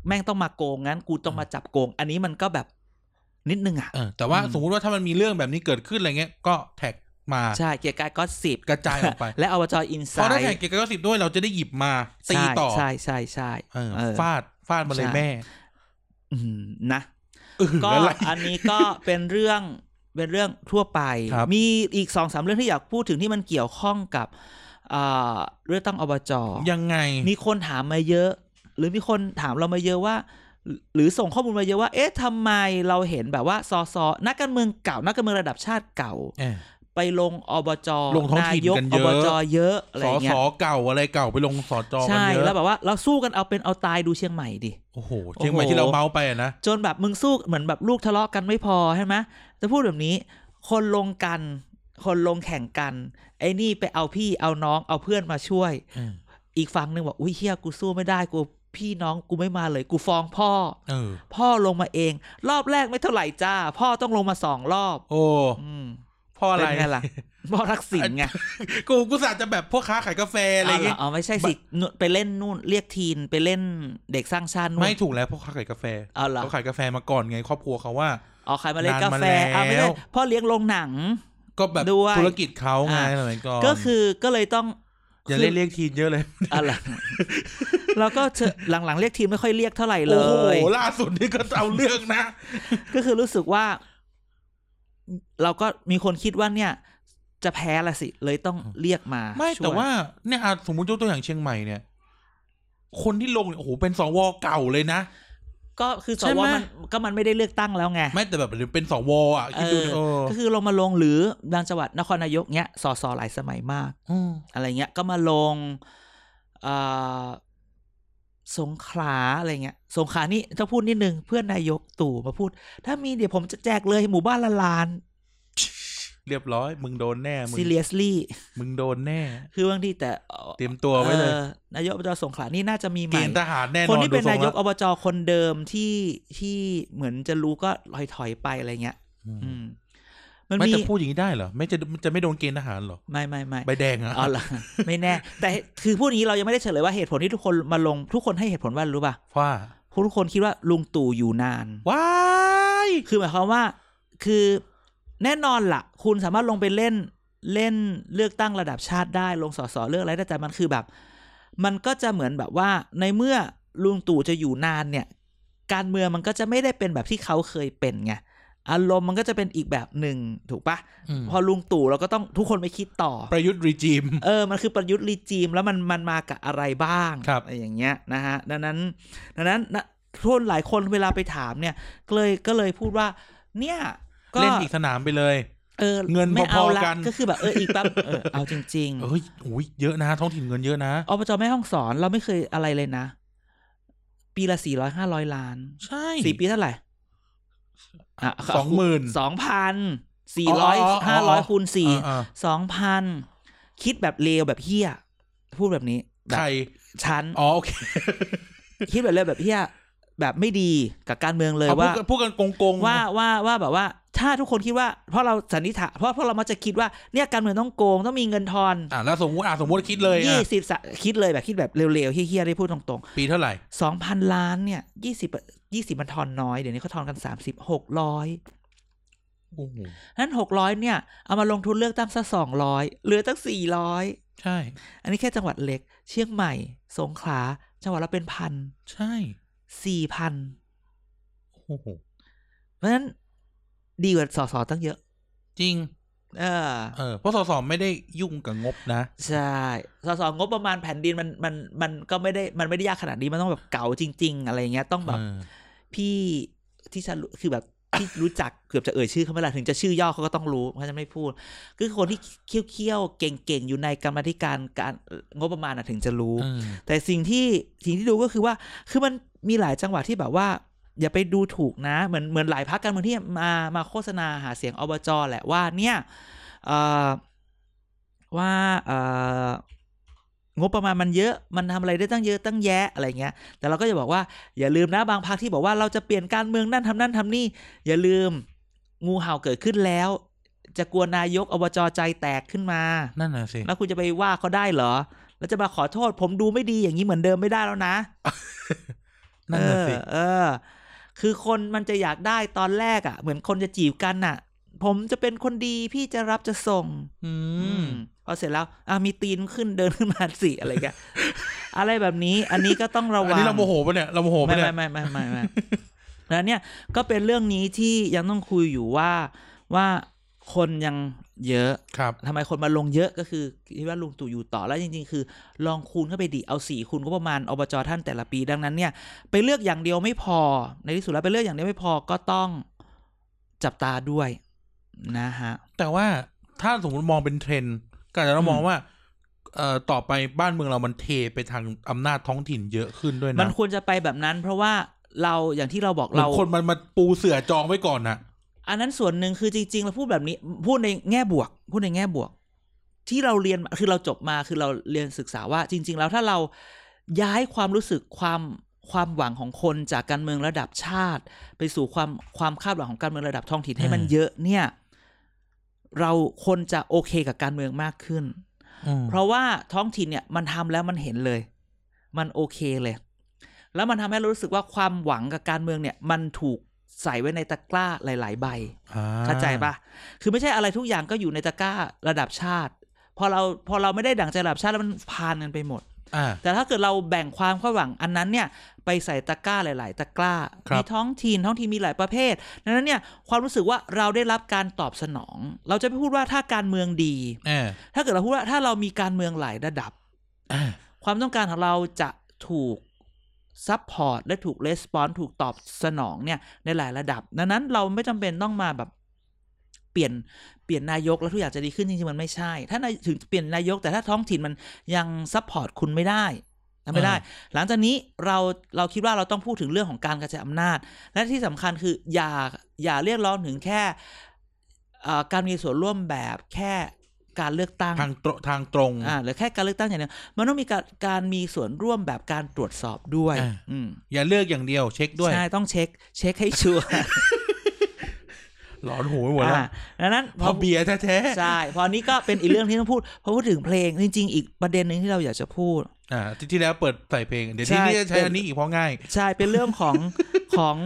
A: แม่งต้องมาโกงงั้น กูต้องมาจับโกง อันนี้มันก็แบบนิดนึงอ่ะ
B: เออแต่ว่า
A: อืม
B: สมมุติว่าถ้ามันมีเรื่องแบบนี้เกิดขึ้นอะไรเงี้ยก็แท็กมา
A: ใช่เกียร์กายก็สิบ
B: กระจายออกไป
A: <laughs> และอบจอินไซ
B: พอได้แท็ก
A: ด์
B: เกียรติกายก็สิบด้วยเราจะได้หยิบมาตีต่อ
A: ใช่ใช่ใช่ใช่
B: เออ
A: เออ
B: ฟาดฟาดมาเลย
A: ใช่
B: แม่
A: อืมนะ
B: เออ
A: ก็
B: อะไร
A: อันนี้ก็เป็นเรื่องเป็นเรื่องทั่วไป
B: ครับ
A: มีอีกสองสามเรื่องที่อยากพูดถึงที่มันเกี่ยวข้องกับอ่าเรื่องตั้งอบจ
B: ยังไง
A: มีคนถามมาเยอะ หรือมีคนถามเรามาเยอะว่า หรือหรือส่งข้อมูลมาเยอะว่า เอ๊ะทำไมเราเห็นแบบว่าสอสอนักการเมืองเก่า นักการเมืองระดับชาติเก่า
B: เออ
A: ไปลงอบจ
B: ลงท้องถิ่น
A: ยก
B: กัน
A: อ
B: เยอะ
A: บจเยอะอะไร
B: สอ
A: อย่างเงี้
B: ส
A: ย
B: อเก่าอะไรเก่าไปลงสอจอกัน
A: ใช่
B: เยอะ
A: แล้วแบบว่าเราสู้กันเอาเป็นเอาตายดูเชียงใหม่ดิ
B: โอ้โหเชียงใหม่ที่เราเมาส์ไปอะนะ
A: จนแบบมึงสู้เหมือนแบบลูกทะเลาะกันไม่พอใช่ไหมจะพูดแบบนี้ คนลงกัน คนลงแข่งกัน ไอ้นี่ไปเอาพี่เอาน้องเอาเพื่อนมาช่วย
B: เออ
A: อีกฝั่งหนึ่งบอกอุ้ยเฮียกูสู้ไม่ได้กูพี่น้องกูไม่มาเลย กูฟ้องพ่อ
B: เออ
A: พ่อลงมาเอง รอบแรกไม่เท่าไหร่จ้า พ่อต้องลงมาสองรอบ
B: โอ้
A: อืม
B: พ่ออะไร
A: เป็นไงล่ะพ่อทักษิณไง
B: กูกูสาจะแบบพวกค้าขายกาแฟอะไร
A: เอาเหร
B: เงี้
A: อย เอาไม่ใช่สินู่นไปเล่นนู่นเรียกทีนไปเล่นเด็กสร้างชาตินู่น
B: ไม่ถูกแล้วพวกค้าขายกาแฟ
A: เอาเหรอ
B: เขาขายกาแฟมาก่อนไงครอบครัวเขาว่า
A: อ๋อขายเมล็ด
B: นาน
A: กา
B: มา
A: แฟเอาไม่ได้
B: แล้ว
A: พ่อเลี้ยงโรงหนัง
B: ก็แบบ
A: ด้วย
B: ธุรกิจเขาไง
A: อ่า
B: สมัยก่อน
A: ก็คือก็เลยต้อง
B: อย่าเล่นเรียกทีนเยอะเลย <laughs>
A: อะไร แล้วก็เชิญหลังๆ เรียกทีมไม่ค่อยเรียกเท่าไหร่เล
B: โอ้โห
A: ย
B: ล่าสุดนี่ก็เอาเรื่องนะ
A: ก็คือรู้สึกว่า เราก็มีคนคิดว่าเนี่ย จะแพ้ละสิ เลยต้องเรียกมา
B: ไม่
A: ช่ย
B: แต่ว่าเนี่ยอ่ะสมมติยกตัวอย่างเชียงใหม่เนี่ย คนที่ลงเนี่ยโอ้โหเป็นสวเก่าเลยนะ
A: ก็คือส
B: ใช่
A: ว
B: ไหม
A: มันก็มันไม่ได้เลือกตั้งแล้วไง
B: ไม่แต่แบบเป็นสวอ่ะคิดดูดิ
A: เอ
B: เอ
A: อ
B: อ
A: ก็คือลงมาลงหรือบางจังหวัดนครนายกเนี้ยสสหลายสมัยมาก
B: ม
A: อะไรเงี้ยก็มาลงเอ่อสงขลาอะไรเงี้ย สงขลานี่จะพูดนิดนึงเพื่อนนายกตู่มาพูด ถ้ามีเดี๋ยวผมจะแจกเลยหมู่บ้านละลาน
B: เรียบร้อย มึงโดนแน่มึง
A: seriously <laughs>
B: มึงโดนแน่
A: คือบางทีแต่
B: เตรียมตัวไว้เลย
A: อ่อนายกอบจสงขลานี่น่าจะมีให
B: เก
A: ม่
B: ณฑ์ทหารแน่นอน
A: คนที่เป็น
B: ดูทรง
A: นายก
B: แล้ว
A: อบจคนเดิมที่ที่เหมือนจะรู้ก็ลอยถอยๆไปอะไรเงี้ย
B: อืม
A: อืม มัน
B: ไม่
A: มี
B: จะพูดอย่างนี้ได้เหรอไม่จะจะไม่โดนเกณฑ์ทหารเหรอ
A: ไม่ไม่ไม่
B: ใบแดงอ่ะ
A: อ๋อเหรอไม่แน่ แต่คือพูดอย่างนี้เรายังไม่ได้เฉลยว่าเหตุผลที่ทุกคนมาลง ทุกคนให้เหตุผลว่าอะไรรู้ป่ะ
B: ว่า
A: ทุกคนคิดว่าลุงตู่อยู่นาน
B: ว้าย
A: คือหมายความว่า คือแน่นอนล่ะ คุณสามารถลงไปเล่นเล่นเลือกตั้งระดับชาติได้ลงสสเลือกอะไรได้แต่มันคือแบบ มันก็จะเหมือนแบบว่า ในเมื่อลุงตู่จะอยู่นานเนี่ย การเมืองมันก็จะไม่ได้เป็นแบบที่เขาเคยเป็นไงอารมณ์มันก็จะเป็นอีกแบบหนึ่งถูกปะ
B: อืม
A: พอลุงตู่เราก็ต้องทุกคนไปคิดต่อ
B: ประยุทธ์รีจิม
A: เออ มันคือประยุทธ์รีจีมแล้วมันมันมากับอะไรบ้าง
B: ครับ
A: อะไรอย่างเงี้ยนะฮะ ดังนั้น ดังนั้นนะทุนหลายคนเวลาไปถามเนี่ย ก็เลยก็เลยพูดว่า เนี่ยก็
B: เล่นอีกสนามไปเลย
A: เออ
B: เงิน
A: ไม่
B: พ
A: เอา
B: อๆ
A: ละ
B: กัน
A: ก็คือแบบเอออีกแป๊บเออเอาจริง
B: เอ้ยโอ้ยเยอะนะ ท้องถิ่นเงินเยอะนะ
A: ๆอบจแม่ห้องสอนเราไม่เคยอะไรเลยนะ ปีละสี่ร้อยห้าร้อยล้าน
B: ใช่
A: สี่ปีเท่าไหร่อ่ะ
B: สองหมื่น
A: สองพันสี่ร้อยห้าร้อยคูณสี่
B: อ่า
A: สองพันคิดแบบเลวแบบเฮี้ยพูดแบบนี้แบ
B: ใค
A: บ
B: ร
A: ชั้น
B: อ๋อโอเค
A: คิดแบบเลยแบบเฮียแบบไม่ดีกับการเมืองเลย
B: เอาพูด
A: ว่า
B: กันพูดกันโกงๆ
A: ว่าว่าว่าแบบว่า ถ้าทุกคนคิดว่า เพราะเราสันนิษฐานเพราะเพราะเรามักจะคิดว่าเนี่ยการเมืองต้องโกงต้องมีเงินทอน
B: อ่ะแล้วสมมติอ่ะสมมติคิดเลย
A: ยี่
B: อ่ะ
A: สิบสะคิดเลยแบบคิดแบบเร็วๆเฮี้ยๆได้พูดตรง
B: ปีเท่าไหร่
A: ๆสองพันล้านเนี่ยยี่สิบยี่สิบมันทอนน้อย เดี๋ยวนี้เขาทอนกันสามสิบหกร้อย
B: โอ้โห
A: นั้นหกร้อยเนี่ย เอามาลงทุนเลือกตั้งซะสองร้อยเหลือตั้งสี่ร้อย
B: ใช่
A: อันนี้แค่จังหวัดเล็ก เชียงใหม่ สงขลา จังหวัดละเป็นพัน
B: ใช่
A: สี่พัน
B: โอ้โห
A: เพราะฉะนั้นดีกว่าสสตั้งเยอะ
B: จริง
A: เออ
B: เออเพราะสสไม่ได้ยุ่งกับงบนะ
A: ใช่สสงบประมาณแผ่นดินมันมันมันก็ไม่ได้มันไม่ได้ยากขนาดนี้มันต้องแบบเก่าจริง ๆ อะไรเงี้ยต้องแบบ
B: เออ
A: พี่ที่ฉันรู้คือแบบที่รู้จักเกือบจะเอ่ยชื่อเขาไม่ละถึงจะชื่อย่อเขาก็ต้องรู้เขาจะไม่พูด คือคนที่เคี้ยวๆเก่งๆอยู่ในกรรมาธิการการงบประมาณนะถึงจะรู้
B: เออ
A: แต่สิ่งที่สิ่งที่ดูก็คือว่า คือมันมีหลายจังหวะที่แบบว่า อย่าไปดูถูกนะ เหมือนเหมือนหลายพักการเมืองที่มามาโฆษณาหาเสียงอบจแหละว่าเนี่ยเอ่อว่าเอ่องบประมาณมันเยอะมันทำอะไรได้ตั้งเยอะตั้งแยะอะไรเงี้ย แต่เราก็จะบอกว่าอย่าลืมนะบางพักที่บอกว่าเราจะเปลี่ยนการเมืองนั่นทำนั่นทำนี่ อย่าลืมงูเห่าเกิดขึ้นแล้ว จะกลัวนายกอบจใจแตกขึ้นมา
B: นั่นน่ะสิ
A: แล้วคุณจะไปว่าเขาได้เหรอ แล้วจะมาขอโทษ ผมดูไม่ดีอย่างนี้เหมือนเดิมไม่ได้แล้วนะ
B: นั่นน่ะสิ
A: เออเออ คือคนมันจะอยากได้ตอนแรกอะ่ะ เหมือนคนจะจีบกันน่ะ ผมจะเป็นคนดีพี่จะรับจะส่ง
B: อื
A: อื
B: ม
A: มพอเสร็จแล้วอ่ามีตีนขึ้นเดินขึ้นมาสิอะไรกัน
B: <laughs>
A: อะไรแบบนี้ อันนี้ก็ต้องระ
B: อัน
A: วัง
B: นี้เราโมโหปะเนี่ยเราโมโหปะ
A: ไม่
B: เนี่ย
A: ไม่ไม่ไม่ไม่ไม่ แล้วเนี่ยก็เป็นเรื่องนี้ที่ยังต้องคุยอยู่ว่าว่าคนยังเยอะ
B: ครับ
A: ทำไมคนมาลงเยอะก็คือคิดว่าลุงตู่อยู่ต่อแล้วจริงๆ คือ ลองคูณเข้าไปดีเอาสี่คูณก็ประมาณอบจท่านแต่ละปีดังนั้นเนี่ย ไปเลือกอย่างเดียวไม่พอ ในที่สุดแล้วไปเลือกอย่างเดียวไม่พอก็ต้องจับตาด้วยนะฮะ
B: แต่ว่าถ้าสมมติมองเป็นเทรนด์ก็อาจจะต้องมองว่าเอ่อต่อไปบ้านเมืองเรามันเทไปทางอำนาจท้องถิ่นเยอะขึ้นด้วย
A: มั
B: นะ
A: นควรจะไปแบบนั้น เพราะว่าเราอย่างที่เราบอก
B: เรา
A: เรา
B: คนมันมาปูเสือจองไว้ก่อนนะ
A: อันนั้นส่วนหนึ่งคือจริงๆเราพูดแบบนี้พูดในแง่บวก พูดในแง่บวก ที่เราเรียนมาคือเราจบมาคือเราเรียนศึกษาว่า จริง ๆ แล้วถ้าเราย้ายความรู้สึกความความหวังของคนจากการเมืองระดับชาติ ไปสู่ความความคาดหวังของการเมืองระดับท้องถิ่นให้มันเยอะเนี่ย เราคนจะโอเคกับการเมืองมากขึ้น เพราะว่าท้องถิ่นเนี่ยมันทำแล้วมันเห็นเลย มันโอเคเลย แล้วมันทำให้เรารู้สึกว่าความหวังกับการเมืองเนี่ย มันถูกใส่ไว้ในตะกร้าหลาย ๆ ใบ
B: อ่
A: เข้าใจปะคือไม่ใช่อะไรทุกอย่างก็อยู่ในตะกร้าระดับชาติ พอเราพอเราไม่ได้ดั่งใจระดับชาติแล้วมันพานกันไปหมด
B: อ่า
A: แต่ถ้าเกิดเราแบ่งความคาดหวังอันนั้นเนี่ยไปใส่ตะกร้าหลาย ๆ ตะกร้า
B: ครับ
A: มีท้องถิ่นท้องถิ่นมีหลายประเภท ดังนั้นเนี่ยความรู้สึกว่าเราได้รับการตอบสนอง เราจะไม่พูดว่าถ้าการเมืองดี
B: แหม
A: ถ้าเกิดเราพูดว่าถ้าเรามีการเมืองหลายระดับ
B: อ่า
A: ความต้องการของเราจะถูกซัพพอร์ตและถูกレスปอนถูกตอบสนองเนี่ยในหลายระดับ ดังนั้นเราไม่จำเป็นต้องมาแบบเปลี่ยนเปลี่ยนนายกแล้วทุกอย่างจะดีขึ้นจริงๆมันไม่ใช่ ถ้านายถึงเปลี่ยนนายกแต่ถ้าท้องถิ่นมันยังซัพพอร์ตคุณไม่ได้ทำไม่ได้ หลังจากนี้เราเราคิดว่าเราต้องพูดถึงเรื่องของการกระจายอำนาจ และที่สำคัญคืออย่าอย่าเรียกร้องถึงแค่เอ่อการมีส่วนร่วมแบบแค่การเลือกตั้ง
B: ทางตรทางตรง
A: อ่าหรือแค่การเลือกตั้งอย่างเดียวมันต้องมีการการมีส่วนร่วมแบบการตรวจสอบด้วย
B: อ่า
A: อืม
B: อย่าเลือกอย่างเดียวเช็คด้วย
A: ใช่ต้องเช็ค เช็คให้ชัวร์
B: หลอนหูไปหมดแล้ว
A: อ่าดังนั้น
B: เพอเบียร์แท้
A: ใช่พออันนี้ก็เป็นอีกเรื่องที่ต้องพูดพอพูดถึงเพลงจริง ๆ อีกประเด็นหนึ่งที่เราอยากจะพูด
B: ๆอ่าที่ที่แล้วเปิดใส่เพลง เดี๋ยว
A: ใช่
B: ที่นี่จะใช้
A: เป็น
B: อันนี้อีกเพราะง่าย
A: ใช่เป็นเรื่องของ
B: <laughs>
A: ของ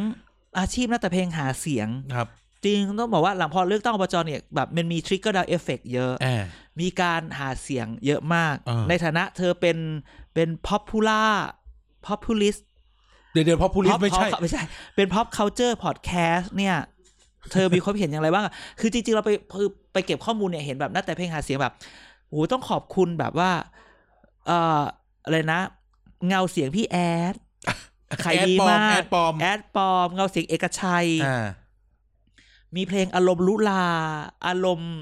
A: อาชีพนักแต่เพลงหาเสียง
B: ครับ
A: จริงต้องบอกว่าหลังพอเลือกตั้งอบจเนี่ยแบบมันมีทริกเกอร์ดาวเอฟเฟกเยอะ
B: แหม
A: มีการหาเสียงเยอะมาก
B: เออ
A: ในฐานะเธอเป็นเป็น popular populist
B: เดี๋ยวเดี๋ยวเพอพูลิสไม่ใช่
A: Pop Culture ไม่ใช่ เป็น pop culture podcast เนี่ย เธอมีความเห็นอย่างไรบ้างอะคือจริง ๆ เราไปคือไปเก็บข้อมูลเนี่ยเห็นแบบนักแต่งเพลงหาเสียงแบบโหต้องขอบคุณแบบว่า เอ่ออะไรนะ เงาเสียงพี่แอดขายดีมาก
B: แอดปลอมแอ
A: แอ
B: ดปลอม
A: ดปลอม เงาเสียงเอกชัย
B: อ่า
A: มีเพลงอารมณ์ลุลา อารมณ์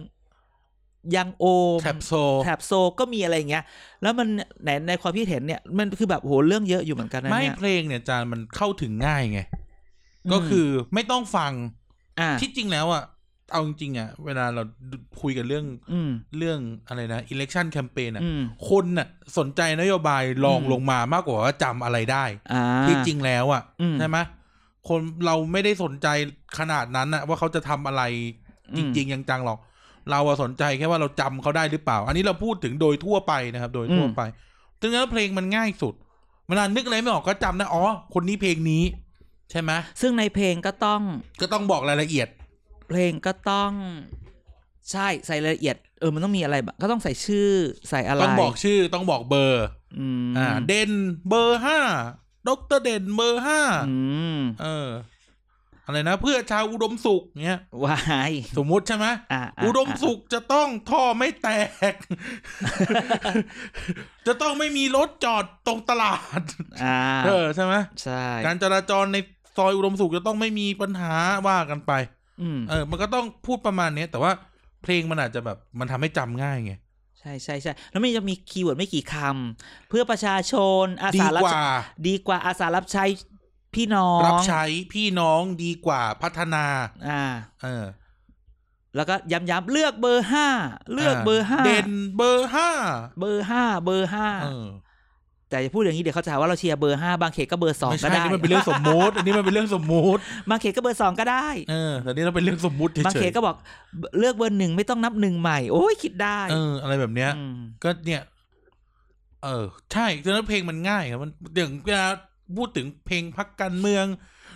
A: ยังโอม
B: แคปโซ
A: แถบโซก็มีอะไรอย่างเงี้ย แล้วมันไหนในความคิดเห็นเนี่ยมันคือแบบโหเรื่องเยอะอยู่เหมือนกันนะ
B: ไม่
A: เนี่ย
B: เพลงเนี่ยจานมันเข้าถึงง่ายไง ก็คือไม่ต้องฟัง
A: อ่า
B: ที่จริงแล้วอ่ะ เอาจริงๆอ่ะ เวลาเราคุยกันเรื่อง
A: อืม
B: เรื่องอะไรนะ election campaign อ่ะ
A: อืม
B: คนน่ะสนใจนโยบายรอง
A: อืม
B: ลงมามากกว่าว่าจำอะไรได้
A: อ่า
B: ที่จริงแล้วอ่ะ
A: อืม
B: ใช่ไหมคนเราไม่ได้สนใจขนาดนั้นอ่ะ ว่าเขาจะทำอะไรจริงๆจังๆหรอก เราอะสนใจแค่ว่าเราจำเขาได้หรือเปล่า อันนี้เราพูดถึงโดยทั่วไปนะครับ โดยทั่วไปดังนั้นเพลงมันง่ายสุดเวลานึกอะไรไม่ออกก็จำนะอ๋อคนนี้เพลงนี้ ใช่ไหม
A: ซึ่งในเพลงก็ต้อง
B: ก็ต้องบอกรายละเอียด
A: เพลงก็ต้อง ใช่ใส่รายละเอียดเออมันต้องมีอะไรบ้างก็ต้องใส่ชื่อใส่อะไร
B: ต้องบอกชื่อต้องบอกเบอร์
A: อืม
B: อ่า เด่นเบอร์ห้าดอกเตอร์เด่นเบอร์ห้า
A: อืม
B: เออ อะไรนะ เพื่อชาวอุดมสุขเนี้ย
A: วาย
B: สมมุติใช่ไหม
A: อ่ะะ
B: อุดมสุขจะต้องท่อไม่แตก <laughs> จะต้องไม่มีรถจอดตรงตลาด
A: อ่า
B: เออใช่ไหม
A: ใช่
B: การจราจรในซอยอุดมสุขจะต้องไม่มีปัญหาว่ากันไป
A: อืม
B: เออ มันก็ต้องพูดประมาณเนี้ยแต่ว่าเพลงมันอาจจะแบบมันทำให้จำง่ายไง
A: ใช่ใช่ใช่แล้วมันจะมีคีย์เวิร์ดไม่กี่คำเพื่อประชาชนอา
B: ดี
A: สารับ
B: ก
A: ใช้
B: ว่า
A: ดีกว่าอาสารับใช้พี่น้อง
B: รับใช้พี่น้องดีกว่าพัฒนา
A: อ่า
B: เออ
A: แล้วก็ย้ำๆเลือกเบอร์ห้าเลือกเบอร์ห้า
B: เด่นเบอร์ห้า
A: เบอร์ห้าเบอร์ห้า
B: เออ
A: แต่จะพูดอย่างนี้เดี๋ยวเขาจะหาว่าเราเชียร์เบอร์ห้าบางเขตก็เบอร์สอง
B: ไม่
A: ก็
B: ใช่
A: ได้
B: นี่มันเป็นเรื่องสมมุติ อันนี้มันเป็นเรื่องสมมุติ
A: บางเขตก็เบอร์สองก็ได้
B: เออแต่นี่เราเป็นเรื่องสมมุติเฉ
A: บางเข
B: ย
A: ตก็บอกเลือกเบอร์หนึ่งไม่ต้องนับหนึ่งใหม่ โอ้ยคิดได้
B: ๆเออ อะไรแบบเนี้ย
A: ม
B: ก็เนี่ย เออ ใช่ฉะนั้นเพลงมันง่ายครับมันอย่างเวลาพูดถึงเพลงพักการเมือง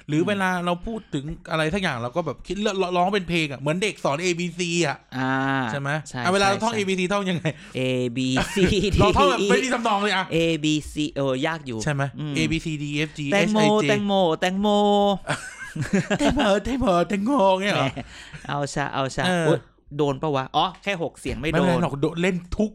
B: หรือเวลาเราพูดถึงอะไรทักอย่างเราก็แบบคิดเลือกร้องเป็นเพลงอ่ะเหมือนเด็กสอน A B C อ่ะ
A: อ่า
B: ใช่ไหม
A: ใช่
B: อ่ะเวลาเราท่อง
A: ใช่
B: A B C ท่องยั
A: <laughs>
B: งไง
A: A B C D
B: เราท่องแบบไม่
A: E
B: มีทำนองเลย
A: <laughs>
B: อ่ะ
A: A B C เออยากอยู่
B: ใช่ไหม
A: อื
B: A B C D E F G
A: แตง
B: H
A: โม
B: I J
A: แตงโมแตงโม
B: แตงโมแตงโมแตงโมเงี้ยเหรอ
A: แหมเอาชาเอาชา
B: เออ
A: โอ๊ยโดนปะวะอ๋อแค่หกเสียงไม่
B: ไม่
A: โด
B: เป็นไร
A: น
B: หรอกโดนเล่นทุก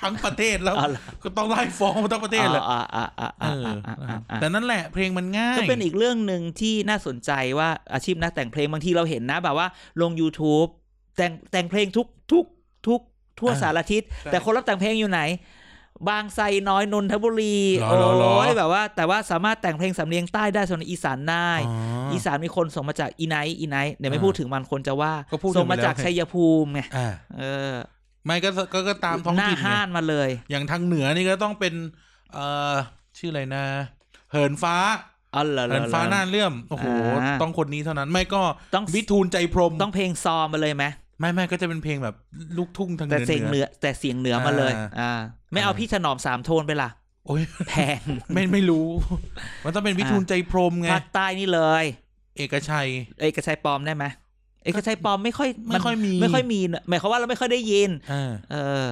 B: ทั้งประเทศแล้ว
A: อ๋อเหรอ
B: ก็ต้องไล่ฟ้องทั้งประเทศแหละ
A: อ่าอ่าอ่า
B: เอ
A: อ่า
B: อ
A: อ่าอ่า
B: นะครับ
A: อ่า
B: แต่นั่นแหละเพลงมันง่าย
A: ก็เป็นอีกเรื่องหนึ่งที่น่าสนใจว่าอาชีพนักแต่งเพลงบางทีเราเห็นนะแบบว่าลง YouTube แต่งแต่งเพลงทุกทุกทุกทั่วสารทิศ แต่คนรับแต่งเพลงอยู่ไหน บางไซน้อยนนทบุรี
B: เหรอ
A: โอ
B: เหรอเหรอ้
A: ยแบบว่า แต่ว่าสามารถแต่งเพลงสำเนียงใต้ได้ส่วนอีสานได้
B: อ๋อ
A: อีสานมีคนส่งมาจากอีไนท์อีไนท์เดี๋ยวไม่
B: อ่า
A: พูดถึงมันคนจะว่า
B: ก็พูดถึง
A: ส่งมา
B: ไปแล้ว
A: จาก
B: ไง
A: ชัยภูมิไง
B: อ่า
A: เออ
B: ไม่ก็สก็ก็ตามท้อง
A: หน้า
B: ถิ่นไง
A: ห้านมาเลย
B: อย่างทางเหนือนี่ก็ต้องเป็น เอ่อชื่ออะไรนะ เหินฟ้า
A: อ๋อเหรอเหร
B: เหิ
A: อน เหร
B: ฟ้า
A: อ
B: น่านเลื่อมโอ้โห
A: อ่า
B: ต้องคนนี้เท่านั้นไม่ก็
A: ต้อง
B: วิทูลใจพรหม
A: ต้องเพลงซอมมาเลยไหม
B: ไม่ไม่ก็จะเป็นเพลงแบบลูกทุ่งทางเห
A: แต่
B: นือ
A: เสียงเห
B: เห
A: นื
B: นือ
A: อแต่เสียงเหนือมาเลย
B: อ่า
A: อ่า ไม่เอาพี่ถนอมสามโทนไปล่ะ
B: โอ้ย
A: แพง
B: ไม่ไม่รู้ <laughs> มันต้องเป็นวิทูลใจพรหมไง
A: ภาคใต้นี่เลย
B: เอกชัย
A: เอกชัยปลอมได้ไหมเอกชัยปลอมไม่ค่อย
B: ไม่ค่อยมี
A: ไม่ค่อยมีนะหมายความว่าเราไม่ค่อยได้ยิน
B: อ่า
A: เออ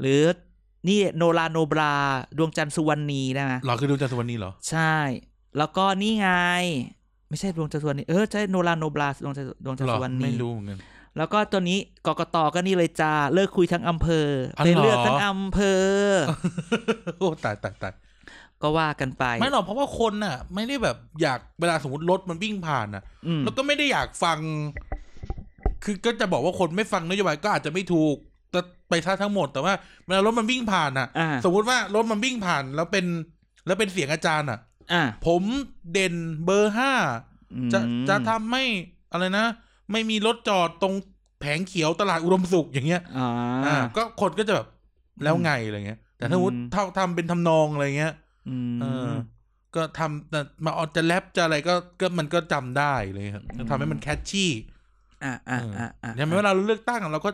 A: หรือนี่โนราโนบราดวงจันทร์สุวรรณีนะ
B: เหรอคือดูจากสุวรรณีเหรอ
A: ใช่ แล้วก็นี่ไง ไม่ใช่ดวงจันทร์สุวรรณีเออใช่โนราโนบราดวงจันทร์ดวงจันท
B: เหร
A: ร์
B: อ
A: สุวรรณี
B: ไม่รู้เหมือนกัน <laughs>
A: แล้วก็ตัวนี้กกตก็นี่เลยจ้าเลิกคุยทั้งอำเภอ
B: อ๋อ
A: ไป
B: เหรอ
A: เลือกทั้งอำเภอ
B: โอ้ตายตายตาย
A: ก็ว่ากันไป
B: ไม่หรอกเพราะว่าคนน่ะ ไม่ได้แบบอยากเวลาสมมติรถมันวิ่งผ่านน่ะ
A: อืม
B: แล้วก็ไม่ได้อยากฟัง คือก็จะบอกว่าคนไม่ฟังนโยบายก็อาจจะไม่ถูกแต่ไปท่าทั้งหมด แต่ว่าเวลารถมันวิ่งผ่านน่ะ
A: อ่า
B: สมมติว่ารถมันวิ่งผ่านแล้วเป็น แล้วเป็นเสียงอาจารย์อ่ะ
A: อ่ะ
B: ผมเด่นเบอร์ห้าจะ
A: อืม
B: จะทำให้อะไรนะ ไม่มีรถจอดตรงแผงเขียวตลาดอุดมสุขอย่างเงี้ย
A: อ่า
B: อ่า ก็คนก็จะแบบแล้วไงอะไรเงี้ย แต่ถ้าสมมติ
A: อืม
B: เท่าทำเป็นทำนองอะไรเงี้ย
A: อืม
B: เออ ก็ทำแต่มาออกจะแรปจะอะไรก็ก็มันก็จำได้เลยครับ
A: อืม
B: ทำให้มันแคชชี่
A: อ่าอ่าอ่าอ่า
B: ใช่ไหมเวลาเราเลือกตั้งเราก็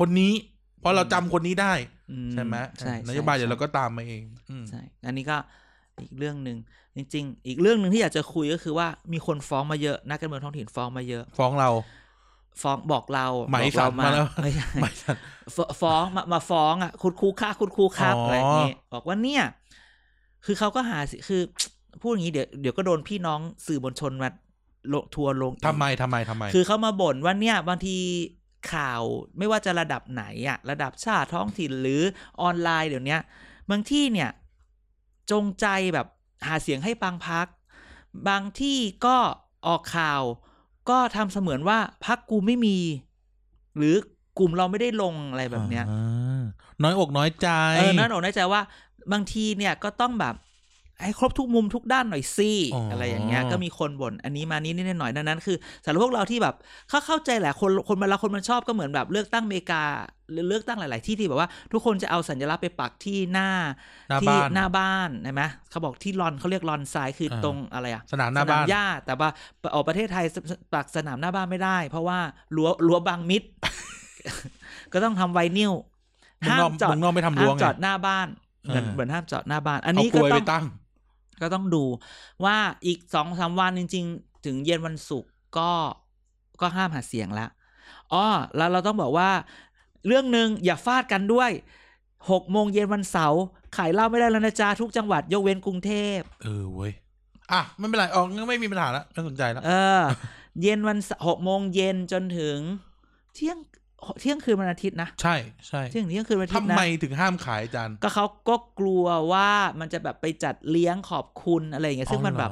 B: คนนี้ เพราะเราจำคนนี้ได้
A: อื
B: ใช่ไหม
A: ใช่
B: นโยบาย
A: ใช่
B: เดี๋ยวเราก็ตามมาเองอืม
A: ใช่ อันนี้ก็อีกเรื่องหนึ่งจริง ๆ อีกเรื่องหนึ่งที่อยากจะคุยก็คือว่ามีคนฟ้องมาเยอะนักการเมืองท้องถิ่นฟ้องมาเยอะ
B: ฟ้องเรา
A: ฟ้องบอกเรา
B: หมาย
A: บอก
B: สาร
A: เร
B: มาแล้ว
A: ไม่ใช่
B: ไม่ทัน
A: ฟฟ้องมามาฟ้องอ่ะคุณครูค่ะคุณครูครับ
B: อ๋ออ
A: อะไรอย่างงี้บอกว่าเนี่ย คือเขาก็หาสิคือ พูดอย่างนี้เดี๋ยวเดี๋ยวก็โดนพี่น้องสื่อมวลชนมาลงทัวร์ลงอีก
B: ทำไมทำไมทำไม
A: คือเขามาบ่นว่าเนี่ยบางทีข่าวไม่ว่าจะระดับไหนอะระดับชาติท้องถิ่นหรือออนไลน์เดี๋ยวเนี้ยบางที่เนี่ย จงใจแบบหาเสียงให้ปังพัก บางที่ก็ออกข่าว ก็ทำเสมือนว่าพักกูไม่มี หรือกลุ่มเราไม่ได้ลงอะไรแบบเนี้ย
B: อ่าน้อยอกน้อยใจ
A: เออนั่นอกน่าใจว่าบางทีเนี่ยก็ต้องแบบ ให้ครบทุกมุมทุกด้านหน่อยสิ
B: อ๋ออ
A: อะไรอย่างเงี้ยก็มีคนบ่นอันนี้มานี้นิดๆหน่อยๆดังนั้นคือสำหรับพวกเราที่แบบเขาเข้าใจแหละคนคนเวลาคนมันชอบก็เหมือนแบบเลือกตั้งอเมริกาหรือเลือกตั้งหลาย ๆ ที่ที่แบบว่า ทุกคนจะเอาสัญลักษณ์ไปปักที่หน้า
B: หน้า
A: ที่
B: บ้าน
A: หน้าบ้านใช่ไหมเขาบอกที่ลอนเขาเรียกลอนทรายคือ
B: เออ
A: ตรงอะไรอะ
B: สนามหน้าบ้าน
A: หญ้าแต่ว่าเออกประเทศไทยปักสนามหน้าบ้านไม่ได้ เพราะว่ารั้วรั้ <laughs> วบังมิด ก็ต้องทำไวนิล
B: เมึง
A: ห้าม
B: นอก
A: จอด
B: เมึงนอกไม่ทำ
A: ห้า
B: ล้ว
A: ม
B: ง
A: จ
B: ไง
A: อดหน้าบ้านเหมือน
B: เออ
A: เหมือนห้ามจอดหน้าบ้าน อั
B: อั
A: น
B: น
A: นี้
B: นี้
A: ก็
B: ก็
A: ต้
B: ต้
A: อ
B: อง งตั้ง
A: ก็ต้องดู ว่าอีกสองสามวันจริง ๆ ถึงเย็นวันศุกร์ก็ก็ห้ามหาเสียงละ อ๋อแล้วเราต้องบอกว่า เรื่องหนึ่งอย่าฟาดกันด้วยหกโมงเย็นวันเสาร์ขายเหล้าไม่ได้แล้วนะจ๊ะทุกจังหวัดยกเว้นกรุงเทพ
B: เออเว้ยอ่ะไม่เป็นไรออกงั้นไม่มีปัญหาละน่าสนใจละ
A: เออ เย็นวันหกโมงเย็นจนถึง เที่ยงเที่ยงคืนวันอาทิตย์นะ
B: ใช่ใช่
A: เที่ยงเที่ยงคืนวันอาทิต
B: ทำ
A: ย์นะ
B: ไมถึงห้ามขายอาจารย์
A: ก็เขาก็กลัวว่ามันจะแบบไปจัดเลี้ยงขอบคุณอะไรอย่างเงี้ยซึ่งมันแบบ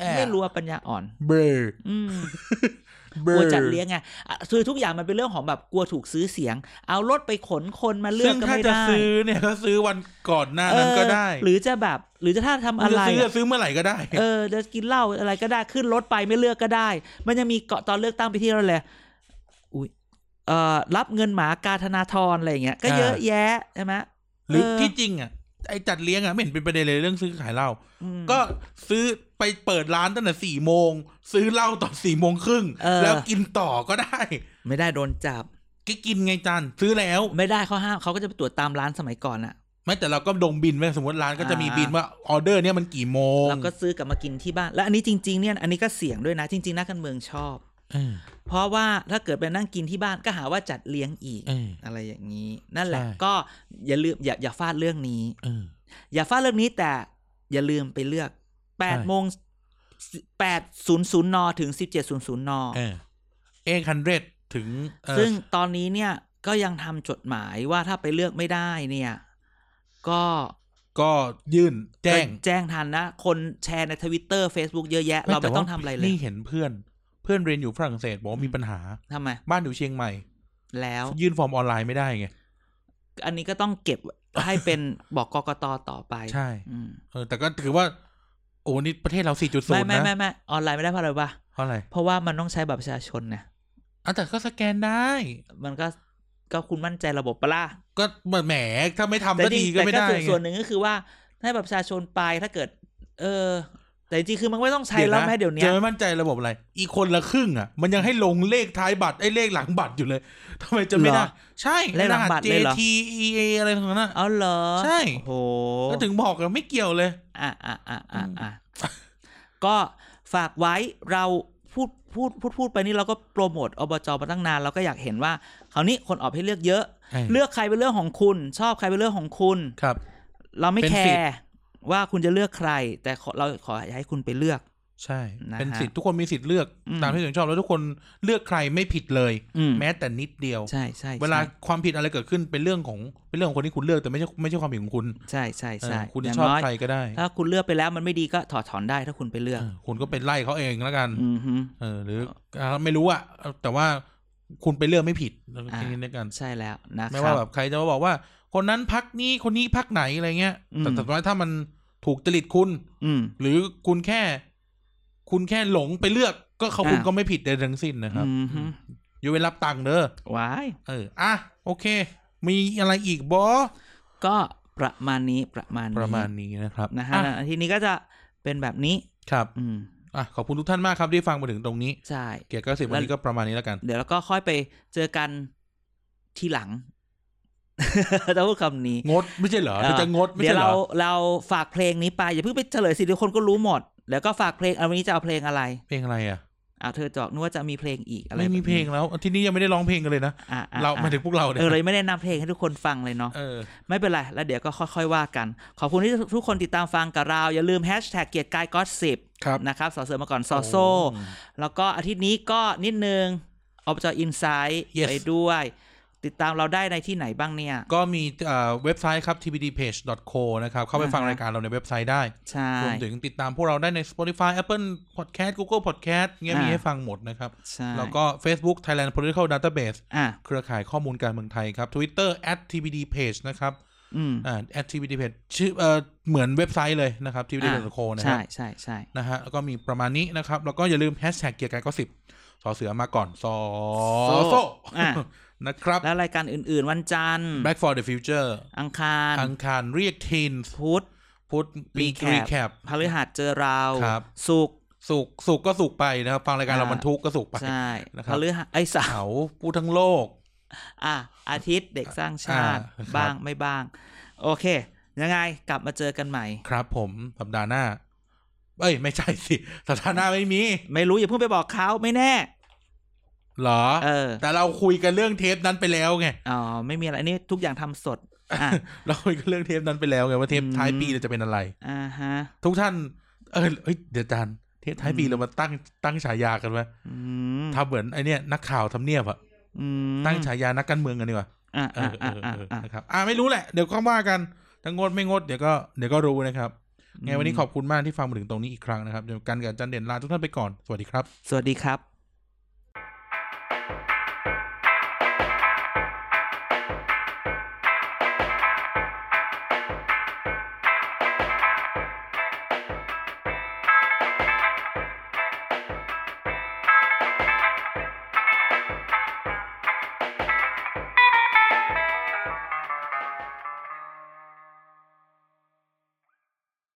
B: อ๋อเหอ
A: ไม่รู้ว่าปัญญาอ่อน
B: เบอร์
A: อืม
B: เบ
A: กลั
B: อ
A: ว
B: ร์
A: จัดเลี้ยงไงอ่ะคือทุกอย่างมันเป็นเรื่องของแบบกลัวถูกซื้อเสียง เอารถไปขนคนมาเลือ
B: ซึ่
A: ก
B: ง
A: ก็
B: ถ้า
A: ไม่
B: จะ
A: ได้
B: ซื้อเนี่ยก็ซื้อวันก่อนหน้านั้นก็ได้
A: เออหรือจะแบบ หรือจะถ้าทำ
B: มึง
A: อะ
B: จะ
A: ไร
B: ซื้อ
A: อ่ะ
B: จะซื้อเมื่อไหร่ก็ได้
A: เออจะกินเหล้าอะไรก็ได้ขึ้นรถไปไม่เลือกก็ได้ มันยังมีเกาะตอนเลือกตั้งไปที่เราเลยอุ้ยเอ่อรับเงินหมากาธนาธรอะไรอย่างเงี้ยก็
B: อ่า
A: เยอะแยะใช่ไหม
B: หรือ
A: เ
B: ที่จริงอ่ะไอจัดเลี้ยงอ่ะไม่เห็นเป็นประเด็นเลยเรื่องซื้อขายเหล้า
A: อืม
B: ก็ซื้อไปเปิดร้านตั้งแต่สี่โมงซื้อเหล้าตอนสี่โมงครึ่ง
A: เออ
B: แล้วกินต่อก็ได้
A: ไม่ได้โดนจับ
B: ก็กินไงจานซื้อแล้ว
A: ไม่ได้เขาห้ามเขาก็จะไปตรวจตามร้านสมัยก่อนอะ
B: ไม่แต่เราก็ดงบินไว้สมมติร้านก็จะมี
A: อ่า
B: บินว่าออเดอร์เนี่ยมันกี่โมง
A: แล้วก็ซื้อกลับมากินที่บ้าน แล้วอันนี้จริง ๆ เนี่ยอันนี้ก็เสี่ยงด้วยนะ จริง ๆนักการเมืองชอบ
B: เออ
A: เพราะว่าถ้าเกิดไปนั่งกินที่บ้านก็หาว่าจัดเลี้ยงอีก
B: เออ
A: อะไรอย่างนี้ นั่นแหละ
B: ใช่
A: ก็อย่าลืมอย่าอย่าฟาดเรื่องนี้
B: เออ
A: อย่าฟาดเรื่องนี้แต่อย่าลืมไปเลือกแปดโมงแปดศูนย์ศูนย์นถึงสิบเจ็ดศูนย์ศูนย์น
B: เออคันเรดถึงเอ่อ
A: ซึ่งตอนนี้เนี่ยก็ยังทำจดหมายว่าถ้าไปเลือกไม่ได้เนี่ย ก็
B: ก็ยื่นแจ้ง
A: แจ้งทันนะ คนแชร์ในทวิตเตอร์ Facebook เยอะแยะ เราไม่ต้องทำอะไรเลย
B: นี่เห็นเพื่อน เพื่อนเรียนอยู่ฝรั่งเศสบอกว่ามีปัญหา
A: ทำไม
B: บ้านอยู่เชียงใหม่
A: แล้ว
B: ยื่นฟอร์มออนไลน์ไม่ได้ไง
A: อันนี้ก็ต้องเก็บให้เป็นบอกกกตต่อไป
B: ใช่
A: อืม
B: เออ แต่ก็ถือว่า โอ้นี่ประเทศเรา 4.0
A: ไม่ไม่
B: นะ
A: ไม่ไม่ออนไลน์ไม่ได้เพราะอะไรวะ
B: เพราะอะไร
A: เพราะว่ามันต้องใช้บัตรประชาชนนะ
B: อ่ะแต่ก็สแกนได้
A: มันก็ก็คุณมั่นใจระบบปะล่ะ
B: ก็แหมถ้าไม่ทำก็
A: แต่จริ
B: ดี
A: ง
B: ก็ไม่ได้
A: แต่ก็ส่วนส่
B: ไง
A: วนหนึ่งก็คือว่าให้แบบประชาชนไปถ้าเกิด เออ แต่จริงๆคือมันไม่ต้องใช้
B: เดี๋ย
A: แล้ว
B: นะ
A: แม่เดี๋ยวเนี้
B: จะ
A: ย
B: ไม่มั่นใจระบบอะไร อีกคนละครึ่งอ่ะ มันยังให้ลงเลขท้ายบัตรไอ้เลขหลังบัตรอยู่เลยทำไมจะไม่ได้ ใช่
A: เล่นหลังบัตรเลยเหรอ
B: JTEA อะไรทั้งนั้นอะ
A: เอาเหรอ
B: ใช่
A: โอ้โห
B: ก็ถึงบอกกันไม่เกี่ยวเลย
A: อ่ะอ่ะอ่ะอ่ะอ่ะก็ฝากไว้เราพูดพูดพูดพูดไปนี่เราก็โปรโมทอบจมาตั้งนานเราก็อยากเห็นว่าคราวนี้คนออกให้เลือกเยอะ
B: ใช่
A: เลือกใครเป็นเรื่องของคุณ ชอบใครเป็นเรื่องของคุณ
B: ครับ
A: เราไม่
B: เป็น
A: แค
B: สิทธิ์
A: ร์ว่าคุณจะเลือกใคร แต่ขอเราขอให้คุณไปเลือก
B: ใช่
A: นะฮะ
B: เป็นสิทธิ์ทุกคนมีสิทธิ์เลือก
A: อืม
B: ตามที่ตัวเองชอบแล้วทุกคนเลือกใครไม่ผิดเลย
A: อืม
B: แม้แต่นิดเดียว
A: ใช่ใช่ใช่
B: เวลาความผิดอะไรเกิดขึ้นเป็นเรื่องของเป็นเรื่องของคนที่คุณเลือกแต่ไม่ใช่ไม่ใช่ความผิดของคุณ
A: ใช่ใช่
B: เออ
A: ใช่
B: คุณ
A: อ
B: จะ
A: ย่าง
B: ชอบ
A: น้อย
B: ใครก็ได้
A: ถ้าคุณเลือกไปแล้วมันไม่ดีก็ถอดถอนได้ถ้าคุณไปเลือก
B: เออคุณก็ไปไล่เขาเองแล้วกัน
A: อือฮึ
B: เออ หรืออ่าไม่รู้อะแต่ว่าคุณไปเลือกไม่ผิดแล้วก็แค่นี้แล้วกัน
A: ใช่แล้วนะ
B: ไม่
A: ครั
B: ว่า
A: บ
B: แบบใครจะมาบอกว่า คนนั้นพักนี้คนนี้พักไหนอะไรเงี้ย
A: อืม
B: แต่แต่ว่าถ้ามันถูกจริตคุณ
A: อืม
B: หรือคุณแค่ คุณแค่หลงไปเลือก ก็เขา
A: อ่า
B: คุณก็ไม่ผิดใดทั้งสิ้นนะครับ
A: อือฮึ
B: อยู่เว้นรับตังค์เด้อ
A: ว้าย
B: เอออ่ะโอเค มีอะไรอีกบอ
A: ก็ประมาณนี้ประมาณนี้
B: ประมาณนี้นะครับ
A: นะฮะ
B: อ่
A: ทีนี้ก็จะเป็นแบบนี้
B: ครับ
A: อืม
B: อ่ะขอบคุณทุกท่านมากครับที่ฟังมาถึงตรงนี้
A: ใช่
B: เกียร์เก้าสิบวันนี้ก็ประมาณนี้แล้วกัน
A: เดี๋ยวเราก็ค่อยไปเจอกันทีหลัง <laughs> จะพูดคำนี้
B: งดไม่ใช่เหรอ
A: เอ
B: เรา
A: อ
B: จะงดไม่
A: เดี๋ย
B: ใช่
A: ว
B: เหร
A: เรา
B: อ
A: เราฝากเพลงนี้ไป อย่าเพิ่งไปเฉลยสิเดี๋ยวคนก็รู้หมด แล้วก็ฝากเพลงเอาวันนี้จะเอาเพลงอะไร
B: เพลงอะไรอ่ะ
A: เอาเธอจะบอกนึกว่าจะมีเพลงอีกอะไร
B: ไม่มี
A: แบบนี้
B: เพลงแล้วที่นี่ยังไม่ได้ร้องเพลงกันเลยนะ
A: อ่ะอ่ะ
B: เรา
A: อ่ะ
B: มาถึงพวกเราเนี่ย
A: เออเลยไม่ได้นำเพลงให้ทุกคนฟังเลยเนาะ
B: เออ
A: ไม่เป็นไร แล้วเดี๋ยวก็ค่อย ๆ ว่ากัน ขอบคุณที่ทุกคนติดตามฟังกับเรา อย่าลืมแฮชแท็กเกียรติกายก็สิบ
B: ครับ
A: นะครับสอเสริมมาก่อนซอโซ
B: โอ้
A: แล้วก็อาทิตย์นี้ก็นิดนึงอบจอินไซต์
B: Yes
A: ไปด้วย ติดตามเราได้ในที่ไหนบ้างเนี่ย
B: ก็มีเอ่อเว็บไซต์ครับ tbdpage.co นะครับ เข้าไปฟัง
A: อ่าฮะ
B: รายการเราในเว็บไซต์ได้
A: ใช่
B: รวมถึงติดตามพวกเราได้ใน Spotify Apple Podcast Google Podcast เงี้ยมีให้ฟังหมดนะครับ
A: ใช่
B: แล้วก็ Facebook Thailand Political Database
A: อ่ะ
B: เครือข่ายข้อมูลการเมืองไทยครับ Twitter @tbdpage นะครับ
A: อืม
B: อ่า @tbdpage ชื่อเอ่อเหมือนเว็บไซต์เลยนะครับ tbdpage.co นะค
A: ใช่
B: รับ
A: ใช่ใช่
B: นะฮะแล้วก็มีประมาณนี้นะครับ แล้วก็อย่าลืมแฮชแท็กเกียร์กายก็สิบสอเสือมาก่อนสอโซ
A: อ่ะ
B: <laughs> นะครับ
A: แล้วรายการอื่นๆ วันจันทร์
B: Back for the Future
A: อังคาร
B: อังคารเรียก teens
A: พุธ
B: พุธ
A: รี
B: รี
A: แค
B: แค
A: ป
B: ป
A: พฤหัสเจอเรา
B: ครับ
A: ศุกร์
B: สุกสุกก็สุกไปนะครับ ฟังรายการ
A: อ่า
B: เราบรรทุกก็สุกไป
A: ใช่
B: นะครับ
A: พฤหัสไอ้ยเสาร์
B: เขาพูดทั้งโลก
A: อ่ะอาทิตย์เด็กสร้างชาติ
B: อ่าครับ
A: บ้างไม่บ้าง โอเค ยังไงกลับมาเจอกันใหม่
B: ครับผมสัปดาห์หน้า เอ้ย <laughs> ไม่ใช่สิสัปดาห์หน้าไม่มี
A: ไม่รู้อย่าเพิ่งไปบอกเขาไม่แน่
B: เหรอ
A: เออ
B: แต่เราคุยกันเรื่องเทปนั้นไปแล้วไง <laughs>
A: อ๋อไม่มีอะไรอันนี่ทุกอย่างทำสดอ่ะ
B: เราคุยกันเรื่องเทปนั้นไปแล้วไงว่าเทป
A: อืม
B: ท้ายปีเราจะเป็นอะไร
A: อ่าฮะ
B: ทุกท่าน เออเอ้ยเดี๋ยวอาจารย์เทปท้ายปี
A: อืม
B: เรามาตั้งตั้งฉายากันไหม
A: อืม
B: ทำเหมือนไอเนี้ยนักข่าวทำเนียบอะ
A: อืม
B: ตั้งฉายานักการเมืองกันดีกว่า
A: อ่ะ
B: เอ
A: อ่ะ
B: อเอ
A: อ่ะ
B: อ
A: อ่ะ
B: เออ
A: อ่ะ
B: นะครับอ่าไม่รู้แหละเดี๋ยวก็ว่ากันถ้างดไม่งดเดี๋ยวก็เดี๋ยวก็รู้นะครับ ไงวันนี้ขอบคุณมากที่ฟังมาถึงตรงนี้อีกครั้งนะครับเดี๋ยวกันกับอาจันเด่นลาทุกท่านไปก่อนสวัสดีครับ
A: สวัสดีครับ